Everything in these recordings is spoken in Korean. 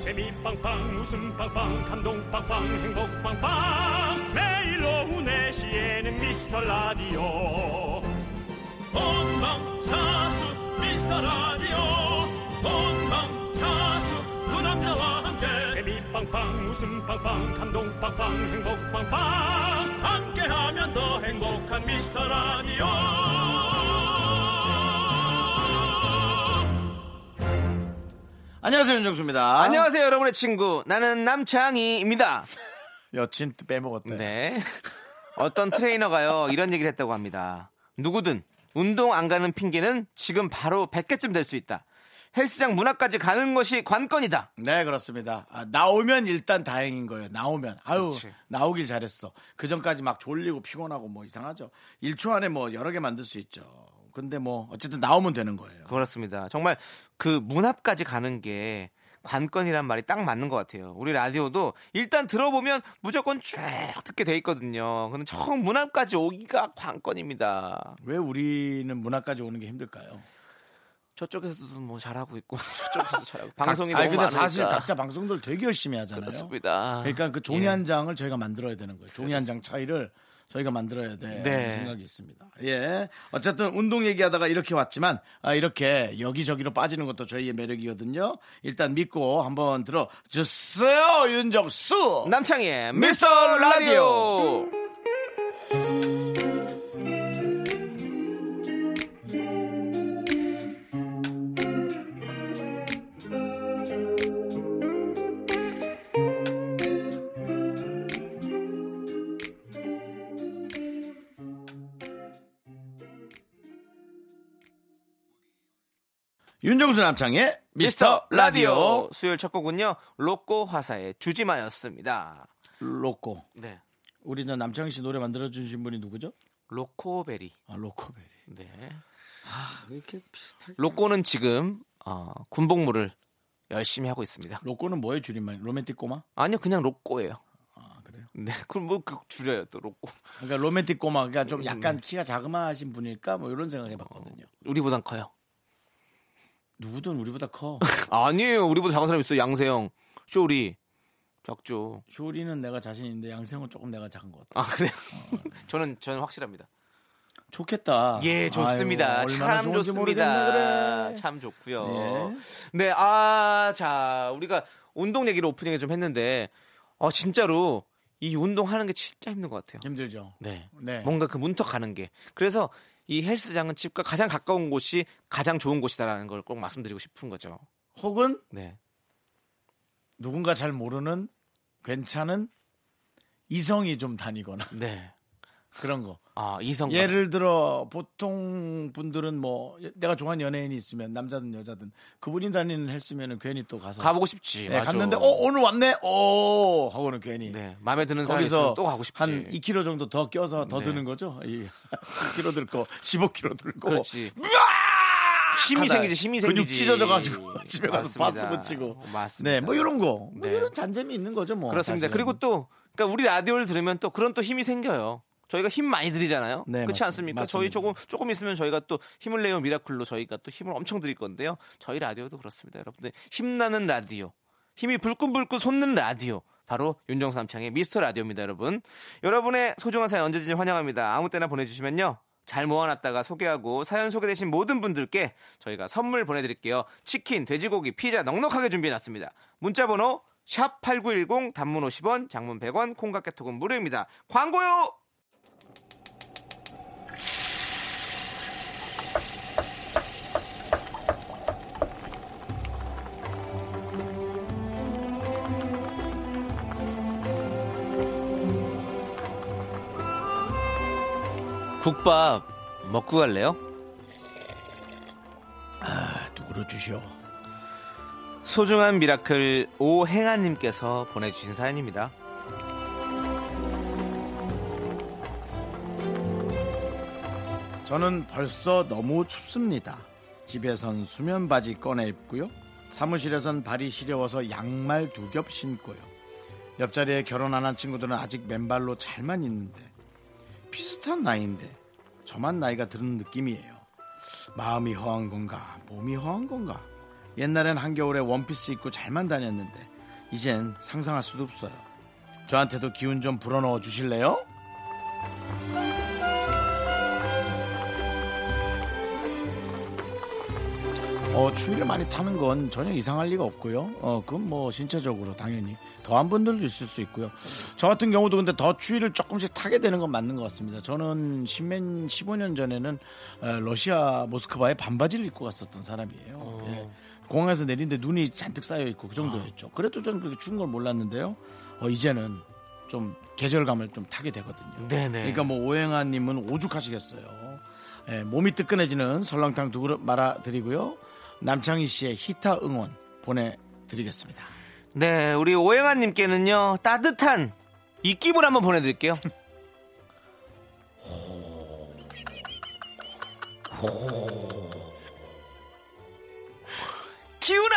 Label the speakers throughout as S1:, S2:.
S1: 재미 빵빵 웃음 빵빵 감동 빵빵 행복 빵빵 매일 오후 4시에는 미스터 라디오 본방사수 미스터 라디오 본방사수 그 남자와 함께 재미 빵빵 웃음 빵빵 감동 빵빵 행복 빵빵 함께하면 더 행복한 미스터 라디오
S2: 안녕하세요 윤정수입니다.
S3: 아. 안녕하세요, 여러분의 친구. 나는 남창희입니다.
S2: 여친 또 빼먹었다.
S3: 네. 어떤 트레이너가요, 이런 얘기를 했다고 합니다. 누구든 운동 안 가는 핑계는 지금 바로 100개쯤 될 수 있다. 헬스장 문화까지 가는 것이 관건이다.
S2: 네, 그렇습니다. 아, 나오면 일단 다행인 거예요. 나오면 아유
S3: 그치.
S2: 나오길 잘했어. 그 전까지 막 졸리고 피곤하고 뭐 이상하죠. 1초 안에 뭐 여러 개 만들 수 있죠. 근데 뭐 어쨌든 나오면 되는 거예요.
S3: 그렇습니다. 정말 그 문 앞까지 가는 게 관건이란 말이 딱 맞는 것 같아요. 우리 라디오도 일단 들어보면 무조건 쭉 듣게 돼 있거든요. 근데 처음 문 앞까지 오기가 관건입니다.
S2: 왜 우리는 문화까지 오는 게 힘들까요?
S3: 저쪽에서도 뭐 잘하고 있고 저쪽에서도 잘하고 방송이
S2: 각- 아니,
S3: 너무
S2: 근데
S3: 많으니까
S2: 사실 각자 방송들 되게 열심히 하잖아요.
S3: 그렇습니다.
S2: 그러니까 그 종이
S3: 예.
S2: 한 장을 저희가 만들어야 되는 거예요. 종이 한 장 차이를 저희가 만들어야 돼
S3: 네.
S2: 생각이 있습니다. 예, 어쨌든 운동 얘기하다가 이렇게 왔지만 아, 이렇게 여기저기로 빠지는 것도 저희의 매력이거든요. 일단 믿고 한번 들어 주세요, 윤정수.
S3: 남창희의
S2: 미스터
S3: 미스터
S2: 라디오.
S3: 라디오
S2: 윤정수 남창의
S3: 미스터 라디오 수요일 첫 곡은요 로꼬 화사의 주지마였습니다.
S2: 로꼬.
S3: 네,
S2: 우리는 남창희 씨 노래 만들어 주신 분이 누구죠?
S3: 로코베리.
S2: 아, 로코베리.
S3: 네. 로꼬는 지금 어, 군복무를 열심히 하고 있습니다.
S2: 로꼬는 뭐의 줄임말? 로맨틱 꼬마?
S3: 아니요, 그냥 로꼬예요.
S2: 아, 그래요.
S3: 네, 그럼 뭐 그 줄여요 또 로꼬.
S2: 그러니까 로맨틱 꼬마 그러니까 좀 약간 키가 자그마하신 분일까 뭐 이런 생각해 봤거든요.
S3: 우리보단 커요.
S2: 어, 누구든 우리보다 커.
S3: 아니에요, 우리보다 작은 사람 있어. 요 양세형, 쇼리, 작죠.
S2: 쇼리는 내가 자신 있는데 양세형은 조금 내가 작은 것 같아. 네.
S3: 아 그래요? 저는 저는 확실합니다.
S2: 좋겠다.
S3: 예, 좋습니다.
S2: 아, 아유, 얼마나
S3: 참
S2: 좋은지
S3: 좋습니다.
S2: 모르겠네, 그래.
S3: 참 좋고요.
S2: 예.
S3: 네, 아, 자, 우리가 운동 얘기를 오프닝에 좀 했는데, 어, 진짜로 이 운동하는 게 진짜 힘든 것 같아요.
S2: 힘들죠.
S3: 네.
S2: 네.
S3: 뭔가 그 문턱 가는 게. 그래서 이 헬스장은 집과 가장 가까운 곳이 가장 좋은 곳이다라는 걸 꼭 말씀드리고 싶은 거죠.
S2: 혹은
S3: 네.
S2: 누군가 잘 모르는 괜찮은 이성이 좀 다니거나
S3: 네.
S2: 그런 거.
S3: 아, 이성.
S2: 예를 들어 보통 분들은 뭐 내가 좋아하는 연예인이 있으면 남자든 여자든 그분이 다니는 헬스면은 괜히 또 가서
S3: 가보고 싶지.
S2: 네,
S3: 맞아.
S2: 갔는데 어 오늘 왔네. 오 하고는 괜히
S3: 네. 마음에 드는 사람이
S2: 거기서
S3: 있으면 또 가고 싶지.
S2: 한 2kg 정도 더 껴서 더
S3: 네.
S2: 드는 거죠. 이 10kg 들고 15kg 들고
S3: 그렇지.
S2: 힘이
S3: 힘이 생기지, 힘이
S2: 근육
S3: 생기지.
S2: 찢어져가지고 집에 가서 바스
S3: 맞습니다.
S2: 붙이고
S3: 맞습니다.
S2: 네, 뭐 이런 거, 뭐
S3: 네.
S2: 이런 잔재미 있는 거죠, 뭐.
S3: 그렇습니다.
S2: 사실은.
S3: 그리고 또 그러니까 우리 라디오를 들으면 또 그런 또 힘이 생겨요. 저희가 힘 많이 드리잖아요.
S2: 네,
S3: 그렇지
S2: 맞습니다.
S3: 않습니까? 저희
S2: 맞습니다.
S3: 조금 조금 있으면 저희가 또 힘을 내요 미라클로 저희가 또 힘을 엄청 드릴 건데요. 저희 라디오도 그렇습니다. 여러분들 네, 힘나는 라디오. 힘이 불끈불끈 솟는 라디오. 바로 윤정수 남창의 미스터 라디오입니다, 여러분. 여러분의 소중한 사연 언제든지 환영합니다. 아무 때나 보내주시면요. 잘 모아놨다가 소개하고 사연 소개되신 모든 분들께 저희가 선물 보내드릴게요. 치킨, 돼지고기, 피자 넉넉하게 준비해놨습니다. 문자번호 샵 8910 단문 50원, 장문 100원, 콩깍개톡은 무료입니다. 광고요! 국밥 먹고 갈래요?
S2: 누구로 주시오?
S3: 소중한 미라클 오행아님께서 보내주신 사연입니다.
S2: 저는 벌써 너무 춥습니다. 집에선 수면 바지 꺼내 입고요. 사무실에선 발이 시려워서 양말 두 겹 신고요. 옆자리에 결혼 안 한 친구들은 아직 맨발로 잘만 있는데 비슷한 나이인데 저만 나이가 드는 느낌이에요. 마음이 허한 건가 몸이 허한 건가 옛날엔 한겨울에 원피스 입고 잘만 다녔는데 이젠 상상할 수도 없어요. 저한테도 기운 좀 불어넣어 주실래요? 어, 추위를 많이 타는 건 전혀 이상할 리가 없고요. 어, 그건 뭐 신체적으로 당연히 더한 분들도 있을 수 있고요. 저 같은 경우도 근데 더 추위를 조금씩 타게 되는 건 맞는 것 같습니다. 저는 10년, 15년 전에는 어, 러시아 모스크바에 반바지를 입고 갔었던 사람이에요.
S3: 어.
S2: 예. 공항에서 내리는데 눈이 잔뜩 쌓여 있고 그
S3: 아.
S2: 정도였죠. 그래도 저는 그렇게 추운 걸 몰랐는데요. 어, 이제는 좀 계절감을 좀 타게 되거든요.
S3: 네네.
S2: 그러니까 뭐 오행아님은 오죽하시겠어요. 예, 몸이 뜨끈해지는 설렁탕 두 그릇 말아드리고요. 남창희 씨의 히타 응원 보내드리겠습니다.
S3: 네, 우리 오영아님께는요 따뜻한 입김을 한번 보내드릴게요. 기운아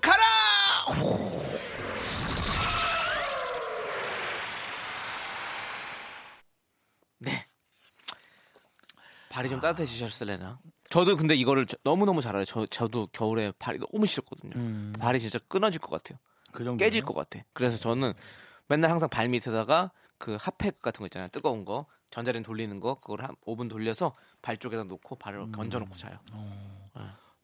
S3: 가라. 네, 발이 좀 따뜻해지셨을래나? 저도 근데 이거를 저- 너무너무 잘 알아요. 저, 저도 겨울에 발이 너무 시렸거든요. 발이 진짜 끊어질 것 같아요.
S2: 그 정도
S3: 깨질 것 같아. 그래서 저는 맨날 항상 발 밑에다가 그 핫팩 같은 거 있잖아요. 뜨거운 거. 전자레인 돌리는 거 그걸 한 5분 돌려서 발 쪽에다 놓고 발을
S2: 음.
S3: 얹어 놓고 자요.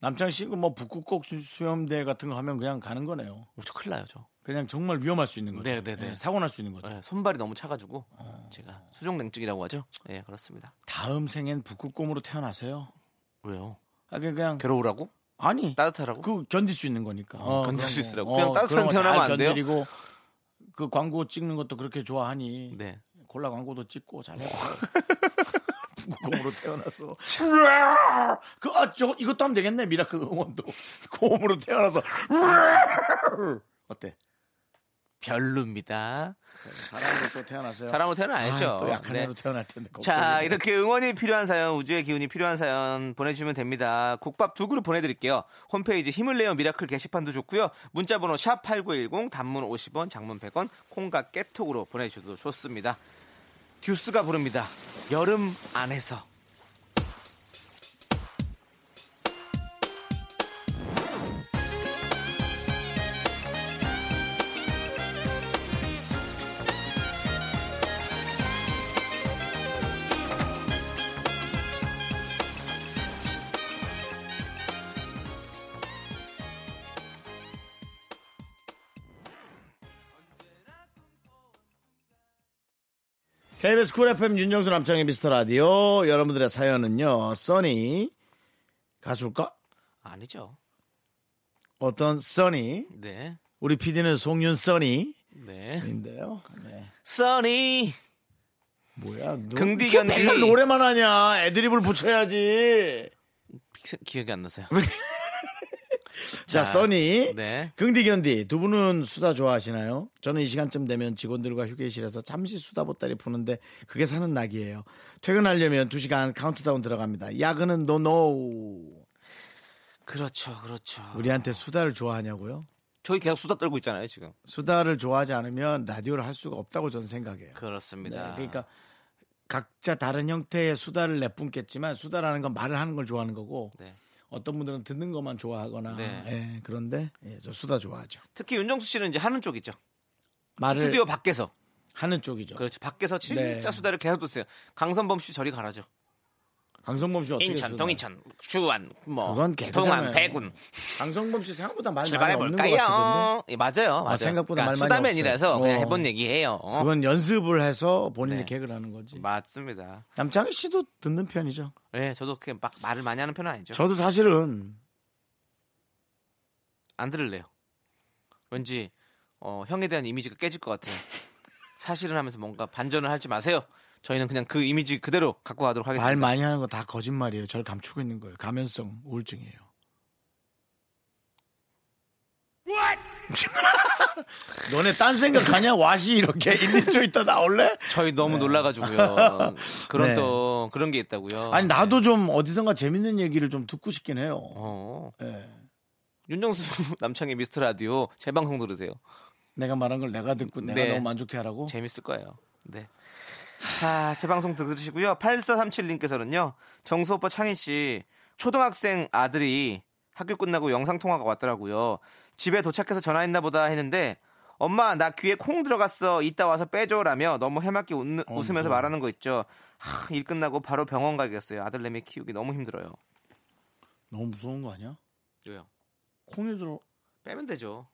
S2: 남창희 씨뭐 북극곡 수- 수염대 같은 거 하면 그냥 가는 거네요.
S3: 오, 저 어, 큰일 나요, 저.
S2: 그냥 정말 위험할 수 있는 거죠.
S3: 네, 네, 네.
S2: 예, 사고 날 수 있는 거죠.
S3: 예, 손발이 너무 차 가지고
S2: 어.
S3: 제가 수족냉증이라고 하죠. 예, 그렇습니다.
S2: 다음 생엔 북극곰으로 태어나세요.
S3: 왜요?
S2: 아 그냥, 그냥
S3: 괴로우라고?
S2: 아니
S3: 따뜻하라고?
S2: 그 견딜 수 있는 거니까. 어,
S3: 견딜
S2: 그런
S3: 수
S2: 거.
S3: 있으라고. 그냥 따뜻한
S2: 그런 거잘
S3: 태어나면 안 돼요?
S2: 견디고 그 광고 찍는 것도 그렇게 좋아하니
S3: 네.
S2: 콜라 광고도 찍고 잘해요. 북극곰으로 태어나서 그아저 이것도 하면 되겠네 미라클 응원도 곰으로 태어나서 어때?
S3: 별로입니다.
S2: 사람으로 또 태어나세요?
S3: 사람으로 태어나 야죠 네.
S2: 아, 또 약한 애로 태어날 텐데.
S3: 자,
S2: 걱정이네.
S3: 이렇게 응원이 필요한 사연, 우주의 기운이 필요한 사연 보내주시면 됩니다. 국밥 두 그릇 보내드릴게요. 홈페이지 힘을 내요 미라클 게시판도 좋고요. 문자번호 샵 8910 단문 50원, 장문 100원, 콩과 깨톡으로 보내주셔도 좋습니다. 듀스가 부릅니다. 여름 안에서.
S2: KBS 쿨 FM 윤정수 남창의 미스터 라디오 여러분들의 사연은요. 써니 가수일까?
S3: 아니죠.
S2: 어떤 써니
S3: 네.
S2: 우리 PD는 송윤 써니인데요.
S3: 네.
S2: 네.
S3: 써니!
S2: 뭐야? 너,
S3: 긍디
S2: 이렇게
S3: 견디.
S2: 맨날 노래만 하냐? 애드립을 붙여야지.
S3: 기억이 안 나세요.
S2: 자,
S3: 자,
S2: 써니.
S3: 네.
S2: 긍디 견디 두 분은 수다 좋아하시나요? 저는 이 시간쯤 되면 직원들과 휴게실에서 잠시 수다 보따리 푸는데 그게 사는 낙이에요. 퇴근하려면 2시간 카운트다운 들어갑니다. 야근은 노노.
S3: 그렇죠, 그렇죠.
S2: 우리한테 수다를 좋아하냐고요?
S3: 저희 계속 수다 떨고 있잖아요, 지금.
S2: 수다를 좋아하지 않으면 라디오를 할 수가 없다고 저는 생각해요. 네,
S3: 그렇습니다.
S2: 그러니까 각자 다른 형태의 수다를 내뿜겠지만 수다라는 건 말을 하는 걸 좋아하는 거고
S3: 네.
S2: 어떤 분들은 듣는 것만 좋아하거나
S3: 네.
S2: 예, 그런데 예, 저 수다 좋아하죠.
S3: 특히 윤정수 씨는 이제 하는 쪽이죠.
S2: 말을
S3: 스튜디오 밖에서.
S2: 하는 쪽이죠.
S3: 그렇죠. 밖에서 진짜
S2: 네.
S3: 수다를 계속 뒀어요. 강선범 씨 저리 가라죠.
S2: 강성범 씨 어떻게
S3: 인천,
S2: 수다-
S3: 동인천, 주안, 뭐
S2: 그건
S3: 동안,
S2: 개그잖아요.
S3: 대군
S2: 강성범 씨 생각보다 말 많이
S3: 출발해
S2: 없는 것 같은데.
S3: 볼까요? 예, 맞아요, 맞아요.
S2: 생각보다 말 많이
S3: 수다맨이라서
S2: 없어요.
S3: 그냥
S2: 어.
S3: 해본 얘기예요. 어.
S2: 그건 연습을 해서 본인이
S3: 네.
S2: 개그를 하는 거지.
S3: 맞습니다.
S2: 남창희 씨도 듣는 편이죠.
S3: 예, 저도 그렇게 막 말을 많이 하는 편은 아니죠.
S2: 저도 사실은
S3: 안 들을래요. 왠지 어, 형에 대한 이미지가 깨질 것 같아요. 사실은 하면서 뭔가 반전을 하지 마세요. 저희는 그냥 그 이미지 그대로 갖고 가도록 하겠습니다.
S2: 말 많이 하는 거 다 거짓말이에요. 저를 감추고 있는 거예요. 가면성 우울증이에요. 너네 딴 생각하냐? 와시 이렇게 1, 2초 있다 나올래?
S3: 저희 너무 놀라가지고요. 그런
S2: 네.
S3: 또 그런 게 있다고요.
S2: 아니 나도
S3: 네.
S2: 좀 어디선가 재밌는 얘기를 좀 듣고 싶긴 해요.
S3: 어.
S2: 예.
S3: 윤정수 남창의 미스터 라디오 재방송 들으세요.
S2: 내가 말한 걸 내가 듣고 내가
S3: 네.
S2: 너무 만족해하라고.
S3: 재밌을 거예요. 네. 자, 재방송 들으시고요. 8437님께서는요. 정수 오빠 창희 씨 초등학생 아들이 학교 끝나고 영상 통화가 왔더라고요. 집에 도착해서 전화했나 보다 했는데 엄마 나 귀에 콩 들어갔어 이따 와서 빼줘라며 너무 해맑게 웃는,
S2: 어,
S3: 웃으면서
S2: 무서워.
S3: 말하는 거 있죠. 하, 일 끝나고 바로 병원 가겠어요. 아들내미 키우기 너무 힘들어요.
S2: 너무 무서운 거 아니야?
S3: 왜요?
S2: 콩이 들어.
S3: 빼면 되죠.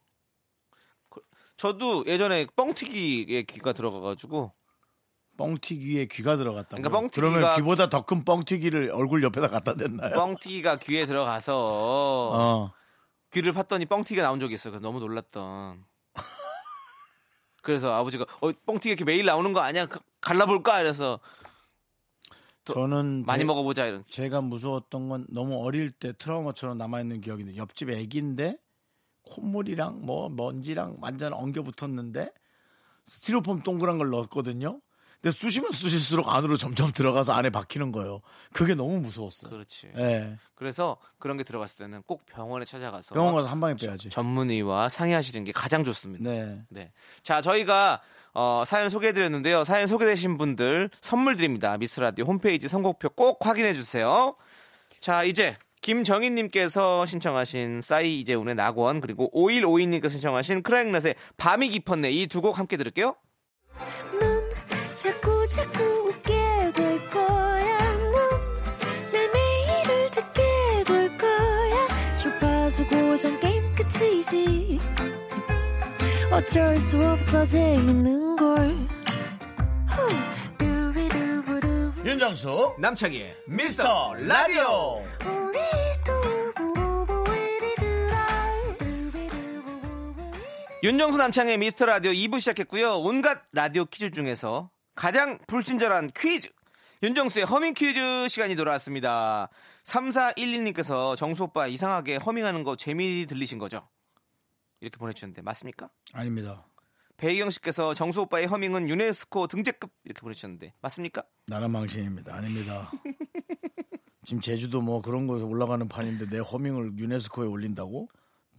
S3: 그- 저도 예전에 뻥튀기에 귀가 들어가가지고
S2: 뻥튀기에 귀가 들어갔다.
S3: 그러니까 뻥튀기가-
S2: 그러면 귀보다 더 큰 뻥튀기를 얼굴 옆에다 갖다 댔나요?
S3: 뻥튀기가 귀에 들어가서
S2: 어.
S3: 귀를 팠더니 뻥튀기가 나온 적이 있어요. 그래서 너무 놀랐던. 그래서 아버지가 어 뻥튀기 이렇게 매일 나오는 거 아니야? 가- 갈라볼까? 이래서 또
S2: 저는
S3: 많이
S2: 제-
S3: 먹어보자 이런.
S2: 제가 무서웠던 건 너무 어릴 때 트라우마처럼 남아있는 기억인데 옆집 애기인데 콧물이랑 뭐 먼지랑 완전 엉겨 붙었는데 스티로폼 동그란 걸 넣었거든요. 근데 쑤시면 쑤실수록 안으로 점점 들어가서 안에 박히는 거예요. 그게 너무 무서웠어요.
S3: 그렇지.
S2: 예.
S3: 그래서 그런 게 들어갔을 때는 꼭 병원에 찾아가서
S2: 병원 가서 한 방에 빼야지.
S3: 전문의와 상의하시는 게 가장 좋습니다.
S2: 네.
S3: 네. 자, 저희가 어, 사연 소개해드렸는데요. 사연 소개되신 분들 선물 드립니다. 미스라디오 홈페이지 선곡표 꼭 확인해주세요. 자, 이제 김정인님께서 신청하신 싸이 이재훈의 낙원 그리고 5152님께서 신청하신 크라잉넷의 밤이 깊었네 이 두 곡 함께 들을게요.
S4: 넌 자꾸 자꾸 웃게 될 거야. 넌내 매일을 듣게 될 거야. 주파수 고정 게임 끝이지. 어쩔 수 없어 재밌는 걸. 후. 두비두부두.
S2: 윤정수
S3: 남창희의
S2: 미스터 라디오
S4: 우리 두부부부 우리들아. 두비두부부부 우리
S3: 윤정수 남창의 미스터 라디오 2부 시작했고요. 온갖 라디오 퀴즈 중에서 가장 불친절한 퀴즈. 윤정수의 허밍 퀴즈 시간이 돌아왔습니다. 3412님께서 정수 오빠 이상하게 허밍하는 거 재미 들리신 거죠? 이렇게 보내주셨는데 맞습니까?
S2: 아닙니다.
S3: 배희경 씨께서 정수 오빠의 허밍은 유네스코 등재급 이렇게 보내주셨는데 맞습니까?
S2: 나라 망신입니다. 아닙니다. 지금 제주도 뭐 그런 거에 올라가는 판인데 내 허밍을 유네스코에 올린다고?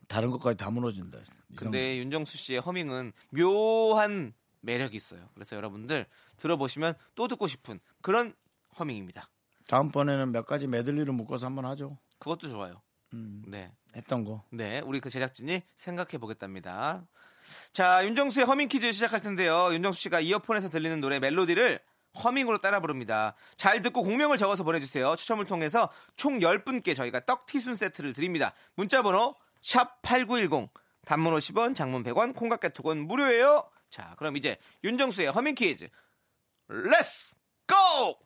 S2: 다른 것까지 다 무너진다. 이상-
S3: 근데 윤정수 씨의 허밍은 묘한 매력이 있어요. 그래서 여러분들 들어보시면 또 듣고 싶은 그런 허밍입니다.
S2: 다음번에는 몇 가지 메들리를 묶어서 한번 하죠.
S3: 그것도 좋아요.
S2: 음,
S3: 네.
S2: 했던 거.
S3: 네, 우리 그 제작진이 생각해 보겠답니다. 자, 윤정수의 허밍 퀴즈 시작할 텐데요. 윤정수 씨가 이어폰에서 들리는 노래 멜로디를 허밍으로 따라 부릅니다. 잘 듣고 공명을 적어서 보내주세요. 추첨을 통해서 총 10분께 저희가 떡티순 세트를 드립니다. 문자번호 샵8910 단문 50원, 장문 100원, 콩깍개톡은 무료예요. 자, 그럼 이제 윤정수의 허밍 퀴즈 렛츠 고!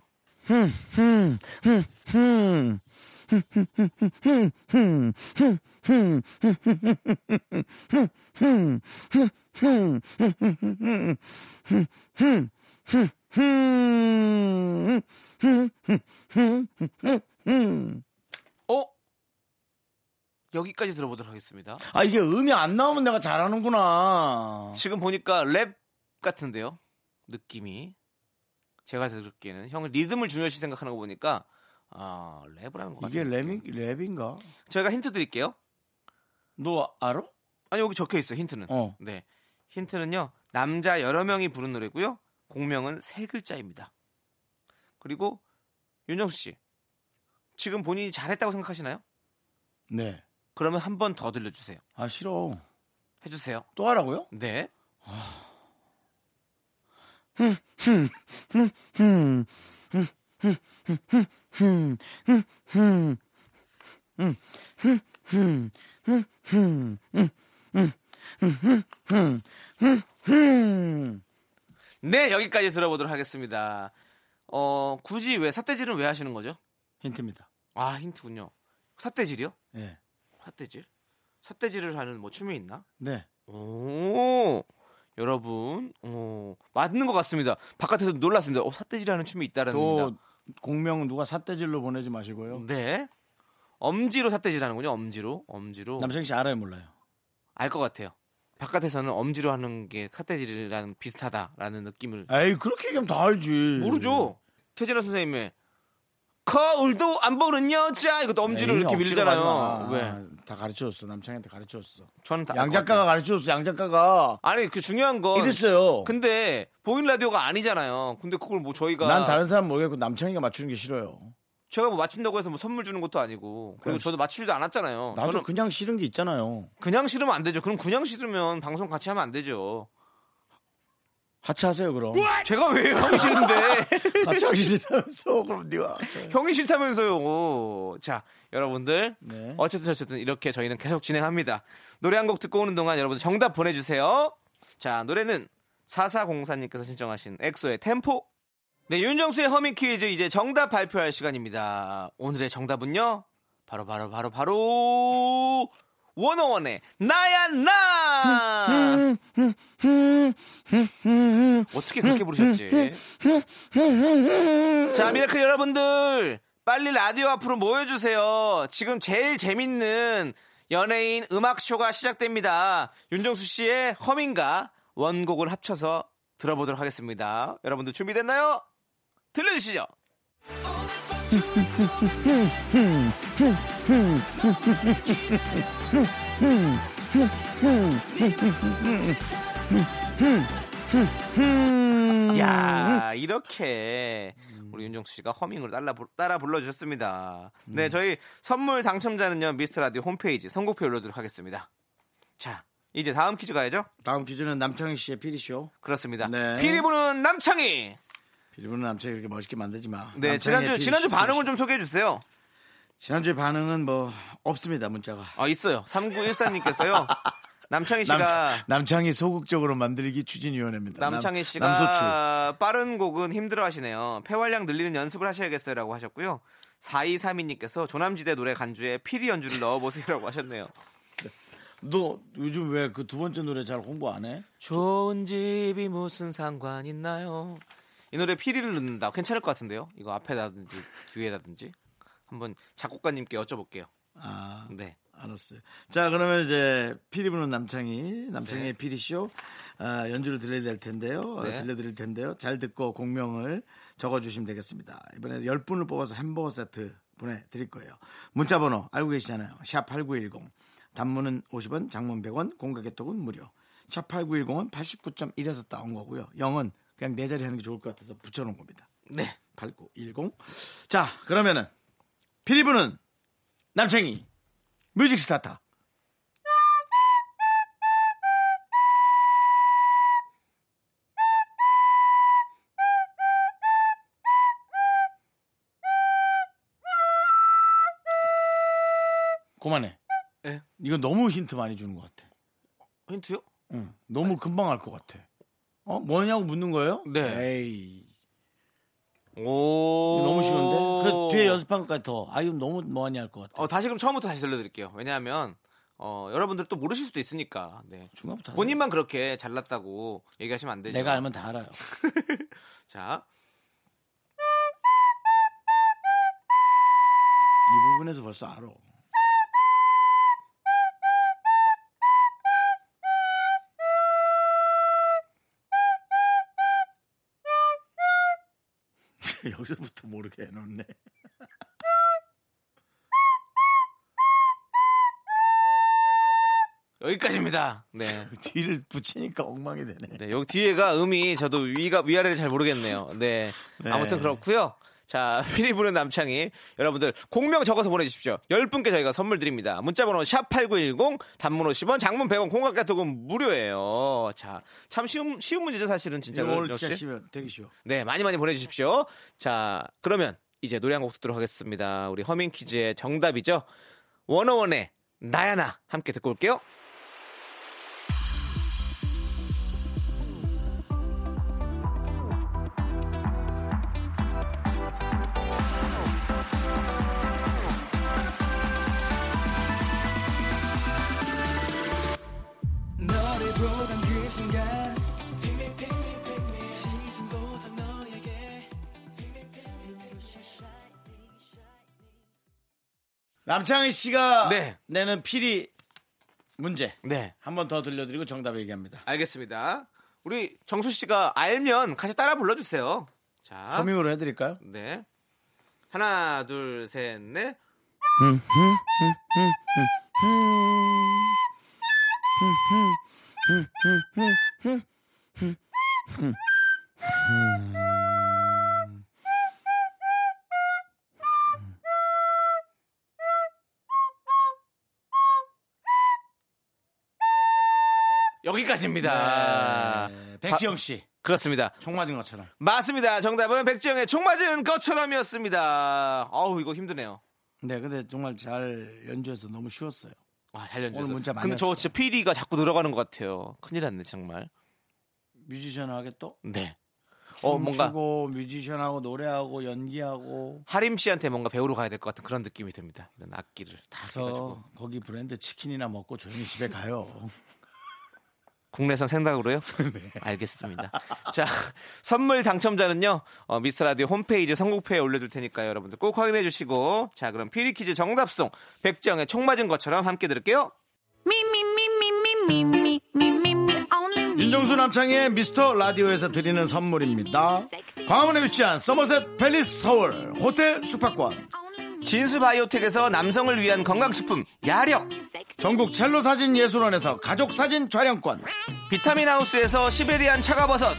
S3: 어? 여기까지 들어보도록 하겠습니다.
S2: 아 이게 음이 안 나오면 내가 잘하는구나.
S3: 어. 지금 보니까 랩 같은데요. 느낌이 제가 들었기에는 형은 리듬을 중요시 생각하는 거 보니까 아 랩을 하는 것
S2: 이게
S3: 같아요.
S2: 랩인, 랩인가?
S3: 저희가 힌트 드릴게요.
S2: 너 알아?
S3: 아니 여기 적혀 있어 요 힌트는.
S2: 어.
S3: 네 힌트는요 남자 여러 명이 부른 노래고요 공명은 세 글자입니다. 그리고 윤정수 씨 지금 본인이 잘했다고 생각하시나요?
S2: 네.
S3: 그러면 한 번 더 들려주세요.
S2: 아 싫어.
S3: 해주세요.
S2: 또 하라고요?
S3: 네. 네 여기까지 들어보도록 하겠습니다. 어 굳이 왜 삿대질은 왜 하시는 거죠?
S2: 힌트입니다.
S3: 아 힌트군요. 삿대질이요?
S2: 네.
S3: 삿대질? 삿대질을 하는 뭐 춤이 있나?
S2: 네.
S3: 오 여러분 오 맞는 것 같습니다. 바깥에서 놀랐습니다. 어, 삿대질하는 춤이
S2: 또
S3: 있다라는
S2: 공명 누가 삿대질로 보내지 마시고요.
S3: 네 엄지로 삿대질하는군요. 엄지로 엄지로
S2: 남창희 씨 알아요 몰라요?
S3: 알 것 같아요. 바깥에서는 엄지로 하는 게 삿대질이랑 비슷하다라는 느낌을
S2: 에이 그렇게 얘기하면 다 알지.
S3: 모르죠. 태진아 선생님의 거울도 안 보는 여자 이것도 엄지로
S2: 에이,
S3: 이렇게
S2: 억지로
S3: 밀리잖아요.
S2: 가지 마.
S3: 왜?
S2: 아, 다 가르쳐줬어. 남창희한테 가르쳐줬어.
S3: 저는 다알
S2: 양
S3: 것 같아요.
S2: 작가가 가르쳐줬어. 양 작가가
S3: 아니 그 중요한 건
S2: 이랬어요.
S3: 근데 보인 라디오가 아니잖아요. 근데 그걸 뭐 저희가
S2: 난 다른 사람 모르겠고 남창희가 맞추는 게 싫어요.
S3: 제가 뭐 맞춘다고 해서 뭐 선물 주는 것도 아니고 그리고 저도 맞추지도 않았잖아요.
S2: 나도
S3: 어, 저는
S2: 그냥 싫은 게 있잖아요.
S3: 그냥 싫으면 안 되죠. 그럼 그냥 싫으면 방송 같이 하면 안 되죠.
S2: 같이 하세요 그럼.
S3: 제가 왜요? 형이 싫은데.
S2: 같이 하기 싫다면서 그럼 네가. 하세요.
S3: 형이 싫다면서요. 자, 여러분들.
S2: 네.
S3: 어쨌든 어쨌든 이렇게 저희는 계속 진행합니다. 노래 한 곡 듣고 오는 동안 여러분 정답 보내주세요. 자, 노래는 4404님께서 신청하신 엑소의 템포. 네, 윤정수의 허밍 퀴즈 이제 정답 발표할 시간입니다. 오늘의 정답은요. 바로 바로 바로 바로 원어원의 나야 나. 어떻게 그렇게 부르셨지? 자, 미라클 여러분들, 빨리 라디오 앞으로 모여주세요. 지금 제일 재밌는 연예인 음악쇼가 시작됩니다. 윤정수 씨의 허민과 원곡을 합쳐서 들어보도록 하겠습니다. 여러분들 준비됐나요? 들려주시죠. 야 이렇게 우리 윤정수 씨가 허밍으로 따라, 부- 따라 불러주셨습니다. 네, 저희 선물 당첨자는요, 미스터 라디오 홈페이지 선곡표 올려도록 하겠습니다. 자, 이제 다음 퀴즈 가야죠?
S2: 다음 퀴즈는 남창희 씨의 피리쇼.
S3: 그렇습니다.
S2: 네.
S3: 피리 부는 남창희!
S2: 피리부는 남창희 이렇게 멋있게 만들지 마.
S3: 네,
S2: 남창희의
S3: 지난주,
S2: 피리쇼,
S3: 지난주 반응을
S2: 피리쇼.
S3: 좀 소개해주세요.
S2: 지난주에 반응은 뭐 없습니다 문자가.
S3: 아, 있어요. 3914님께서요. 남창희 씨가.
S2: 남창, 남창희 소극적으로 만들기 추진위원회입니다. 남-
S3: 남창희 씨가
S2: 남소추.
S3: 빠른 곡은 힘들어 하시네요. 폐활량 늘리는 연습을 하셔야겠어요라고 하셨고요. 4232님께서 조남지대 노래 간주에 피리 연주를 넣어보세요라고 하셨네요.
S2: 너 요즘 왜 그 두 번째 노래 잘 홍보 안 해?
S3: 좋은 집이 무슨 상관 있나요? 이 노래 피리를 넣는다. 괜찮을 것 같은데요? 이거 앞에다든지 뒤에다든지 한번 작곡가님께 여쭤볼게요.
S2: 아
S3: 네.
S2: 알았어요. 자 그러면 이제 피리 부는 남창희 남창희의 피리쇼 아, 연주를 들려드릴 텐데요. 어,
S3: 네.
S2: 들려드릴 텐데요. 잘 듣고 공명을 적어주시면 되겠습니다. 이번에 열 분을 뽑아서 햄버거 세트 보내드릴 거예요. 문자번호 알고 계시잖아요. 샵 #8910 단문은 50원, 장문 100원, 공개개톡은 무료. 샵 #8910은 89.1에서 따온 거고요. 0은 그냥 네 자리 하는 게 좋을 것 같아서 붙여놓은 겁니다.
S3: 네.
S2: 8910. 자, 그러면은 피리부는 남창희 뮤직 스타터. 그만해.
S3: 예?
S2: 이거 너무 힌트 많이 주는 것 같아.
S3: 힌트요?
S2: 응. 너무 금방 알 것 같아. 어 뭐냐고 묻는 거예요?
S3: 네.
S2: 에이.
S3: 오.
S2: 너무 쉬운데? 그 뒤에 연습한 것까지 더. 아유, 너무 뭐하니 할 것 같아.
S3: 어, 다시 그럼 처음부터 다시 들려드릴게요. 왜냐하면 어, 여러분들 또 모르실 수도 있으니까. 네.
S2: 중간부터.
S3: 본인만 그렇게 잘났다고 얘기하시면 안
S2: 하세요.
S3: 되죠.
S2: 내가 알면 다 알아요.
S3: 자,
S2: 이 부분에서 벌써 알아. 여기서부터 모르게 해놓네.
S3: 여기까지입니다. 네.
S2: 뒤를 붙이니까 엉망이 되네.
S3: 네, 여기 뒤에가 음이 저도 위가 위아래를 잘 모르겠네요. 네.
S2: 네.
S3: 아무튼 그렇고요. 자, 피리 부는 남창이 여러분들 공명 적어서 보내 주십시오. 10분께 저희가 선물 드립니다. 문자 번호 샵8910 단문 50원, 장문 100원, 공각 카톡은 무료예요. 자, 참 쉬운 쉬운 문제죠, 사실은 진짜.
S2: 이거 오늘 진짜 쉬면 되게 쉬워.
S3: 네, 많이 많이 보내 주십시오. 자, 그러면 이제 노래 한 곡 듣도록 하겠습니다. 우리 허밍 퀴즈의 정답이죠. 원어원의 나야나 함께 듣고 올게요.
S2: 남창희 씨가
S3: 네.
S2: 내는 피리 문제.
S3: 네.
S2: 한 번 더 들려드리고 정답 얘기합니다.
S3: 알겠습니다. 우리 정수 씨가 알면 같이 따라 불러주세요. 자,
S2: 커밍으로 해드릴까요?
S3: 네. 하나, 둘, 셋, 넷.
S2: 음.
S3: 여기까지입니다.
S2: 네, 백지영 씨.
S3: 그렇습니다.
S2: 총 맞은 것처럼.
S3: 맞습니다. 정답은 백지영의 총 맞은 것처럼이었습니다. 어우 이거 힘드네요.
S2: 네, 근데 정말 잘 연주해서 너무 쉬웠어요.
S3: 와, 아, 잘 연주해서.
S2: 오늘 문자 많이
S3: 근데 저
S2: 왔어요.
S3: 진짜 PD가 자꾸 늘어가는 것 같아요. 큰일 났네 정말.
S2: 뮤지션하게 또
S3: 네.
S2: 어,
S3: 어 뭔가
S2: 춤추고 뮤지션하고 노래하고 연기하고
S3: 하림 씨한테 뭔가 배우러 가야 될 것 같은 그런 느낌이 듭니다. 이런 악기를 다 해가지고
S2: 그래서 거기 브랜드 치킨이나 먹고 조용히 집에 가요.
S3: 국내산 생닭으로요.
S2: 네.
S3: 알겠습니다. 자 선물 당첨자는요 어, 미스터 라디오 홈페이지 선곡표에 올려둘 테니까요 여러분들 꼭 확인해 주시고 자 그럼 피리퀴즈 정답송 백지영의 총 맞은 것처럼 함께 들을게요.
S4: Me, me, me, me, me, me, me, me, me, me, only me.
S2: 윤정수 남창의 미스터 라디오에서 드리는 선물입니다. 광화문에 위치한 서머셋 팰리스 서울 호텔 숙박권
S4: Only me.
S3: 진수 바이오텍에서 남성을 위한 건강식품 야력
S4: Sexy.
S2: 전국 첼로 사진 예술원에서 가족 사진 촬영권
S3: 비타민 하우스에서 시베리안 차가버섯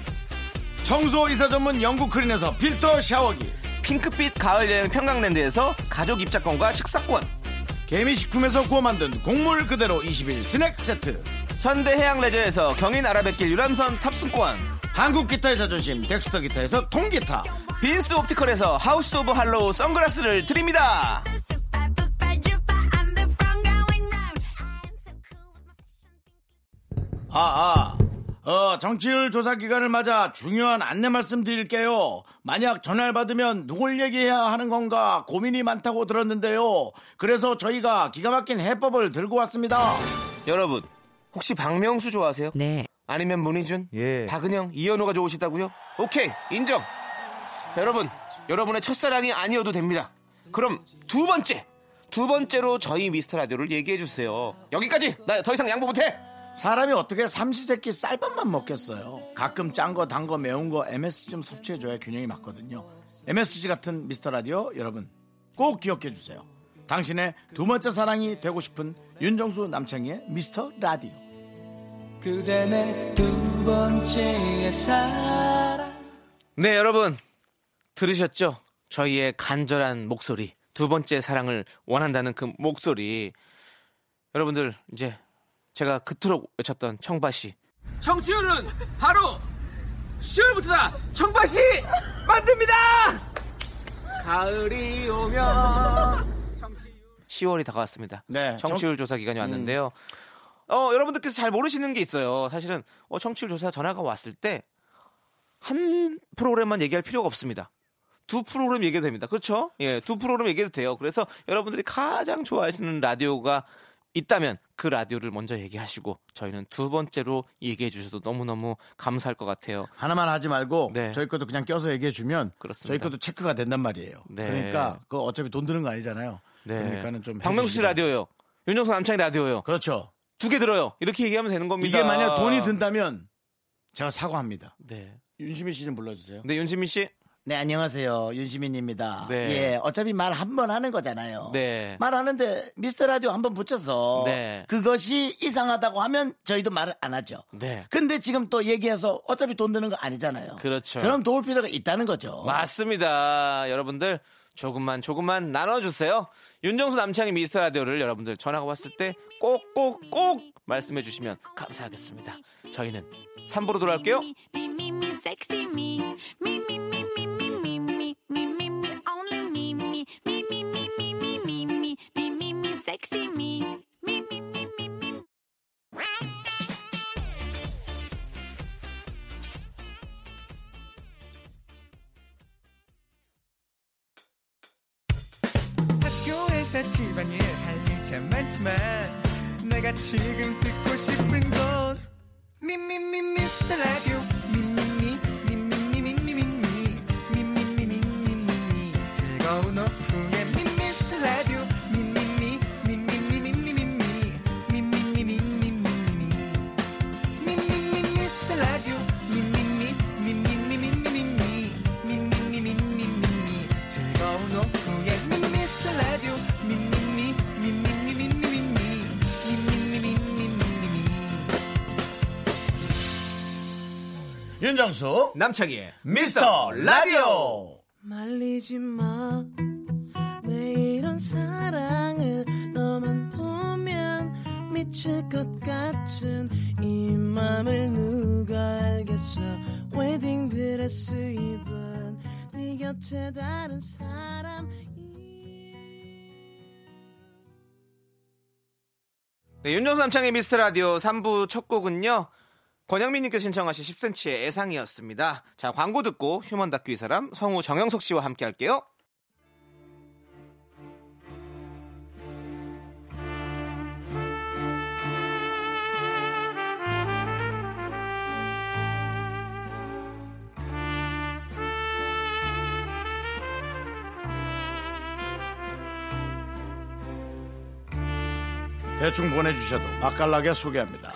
S2: 청소 이사 전문 영국 크린에서 필터 샤워기
S3: 핑크빛 가을 여행 평강랜드에서 가족 입장권과 식사권
S2: 개미식품에서 구워 만든 곡물 그대로 21 스낵 세트
S3: 현대해양레저에서 경인아라뱃길 유람선 탑승권
S2: 한국 기타의 자존심 덱스터 기타에서 통기타
S3: 빈스 옵티컬에서 하우스 오브 할로우 선글라스를 드립니다
S4: Super, super, duper, I'm the front going round. I'm so cool with my fashion.
S2: 아아 어, 정치율 조사 기간을 맞아 중요한 안내 말씀드릴게요. 만약 전화를 받으면 누굴 얘기해야 하는 건가 고민이 많다고 들었는데요. 그래서 저희가 기가 막힌 해법을 들고 왔습니다.
S3: 여러분 혹시 박명수 좋아하세요?
S5: 네.
S3: 아니면 문희준?
S5: 예.
S3: 박은영, 이현우가 좋으시다고요? 오케이, 인정. 자, 여러분, 여러분의 첫사랑이 아니어도 됩니다. 그럼 두 번째, 두 번째로 저희 미스터 라디오를 얘기해 주세요. 여기까지. 나 더 이상 양보 못해.
S2: 사람이 어떻게 삼시세끼 쌀밥만 먹겠어요. 가끔 짠 거, 단 거, 매운 거, MSG 좀 섭취해줘야 균형이 맞거든요. MSG 같은 미스터 라디오 여러분 꼭 기억해 주세요. 당신의 두 번째 사랑이 되고 싶은 윤정수 남창희의 미스터 라디오.
S6: 그대 내 두 번째의 사랑
S3: 네, 여러분 들으셨죠? 저희의 간절한 목소리, 두 번째 사랑을 원한다는 그 목소리. 여러분들 이제 제가 그토록 외쳤던 청바시
S6: 청취율은 바로 10월부터다 청바시 만듭니다 가을이 오면 청취율
S3: 10월이 다가왔습니다.
S2: 네,
S3: 청취율 조사 기간이 왔는데요. 음. 어, 여러분들께서 잘 모르시는 게 있어요. 사실은 어, 청취율 조사 전화가 왔을 때 한 프로그램만 얘기할 필요가 없습니다. 두 프로그램 얘기해도 됩니다. 그렇죠? 예, 두 프로그램 얘기해도 돼요. 그래서 여러분들이 가장 좋아하시는 라디오가 있다면 그 라디오를 먼저 얘기하시고 저희는 두 번째로 얘기해 주셔도 너무너무 감사할 것 같아요.
S2: 하나만 하지 말고
S3: 네.
S2: 저희 것도 그냥 껴서 얘기해 주면
S3: 그렇습니다.
S2: 저희 것도 체크가 된단 말이에요.
S3: 네.
S2: 그러니까 그 어차피 돈 드는 거 아니잖아요.
S3: 네.
S2: 그러니까는 좀
S3: 박명수 씨
S2: 해주시기를.
S3: 라디오요. 윤정수 남창희 라디오요.
S2: 그렇죠.
S3: 두 개 들어요. 이렇게 얘기하면 되는 겁니다.
S2: 이게 만약 돈이 든다면 제가 사과합니다.
S3: 네.
S2: 윤시민 씨 좀 불러주세요.
S3: 네, 윤지민 씨.
S2: 네 안녕하세요 윤시민입니다.
S3: 네.
S2: 예 어차피 말 한 번 하는 거잖아요.
S3: 네.
S2: 말하는데 미스터 라디오 한 번 붙여서
S3: 네.
S2: 그것이 이상하다고 하면 저희도 말을 안 하죠.
S3: 네.
S2: 근데 지금 또 얘기해서 어차피 돈 드는 거 아니잖아요.
S3: 그렇죠.
S2: 그럼 도울 필요가 있다는 거죠.
S3: 맞습니다. 어? 여러분들 조금만 조금만 나눠주세요. 윤정수 남창희 미스터 라디오를 여러분들 전화가 왔을 때 꼭꼭꼭 말씀해 주시면 감사하겠습니다. 저희는 3부로 돌아올게요.
S4: Me, me, me, sexy me. Me, me, me, me, me, me, me, me, me, me, only me, me. Me, me, me, me, me, me, me, me, me, me, sexy me. Me, me, me, me, me.
S7: 학교에서 집안일 할 일 참 많지만 내가 지금 듣고 싶은 건 미미미 미스터 라디오 미미미 미미미 미미미 미미미 미미미 즐거운 오후에 미스터 라디오 미미미 미미미 미미미 미미미 미미미
S2: 윤정수
S3: 남창희의
S2: 미스터 라디오
S8: 말리지 마. 내 이런 사랑을 너만 보면 미칠 것 같은 이맘 스트레스 입은 네 곁에 다른 사람이
S3: 네, 윤정삼창의 미스터 라디오 3부 첫 곡은요. 권영민님께서 신청하신 10cm의 애상이었습니다. 자, 광고 듣고 휴먼 다큐 이 사람 성우 정영석 씨와 함께 할게요.
S2: 대충 보내주셔도 맛깔나게 소개합니다.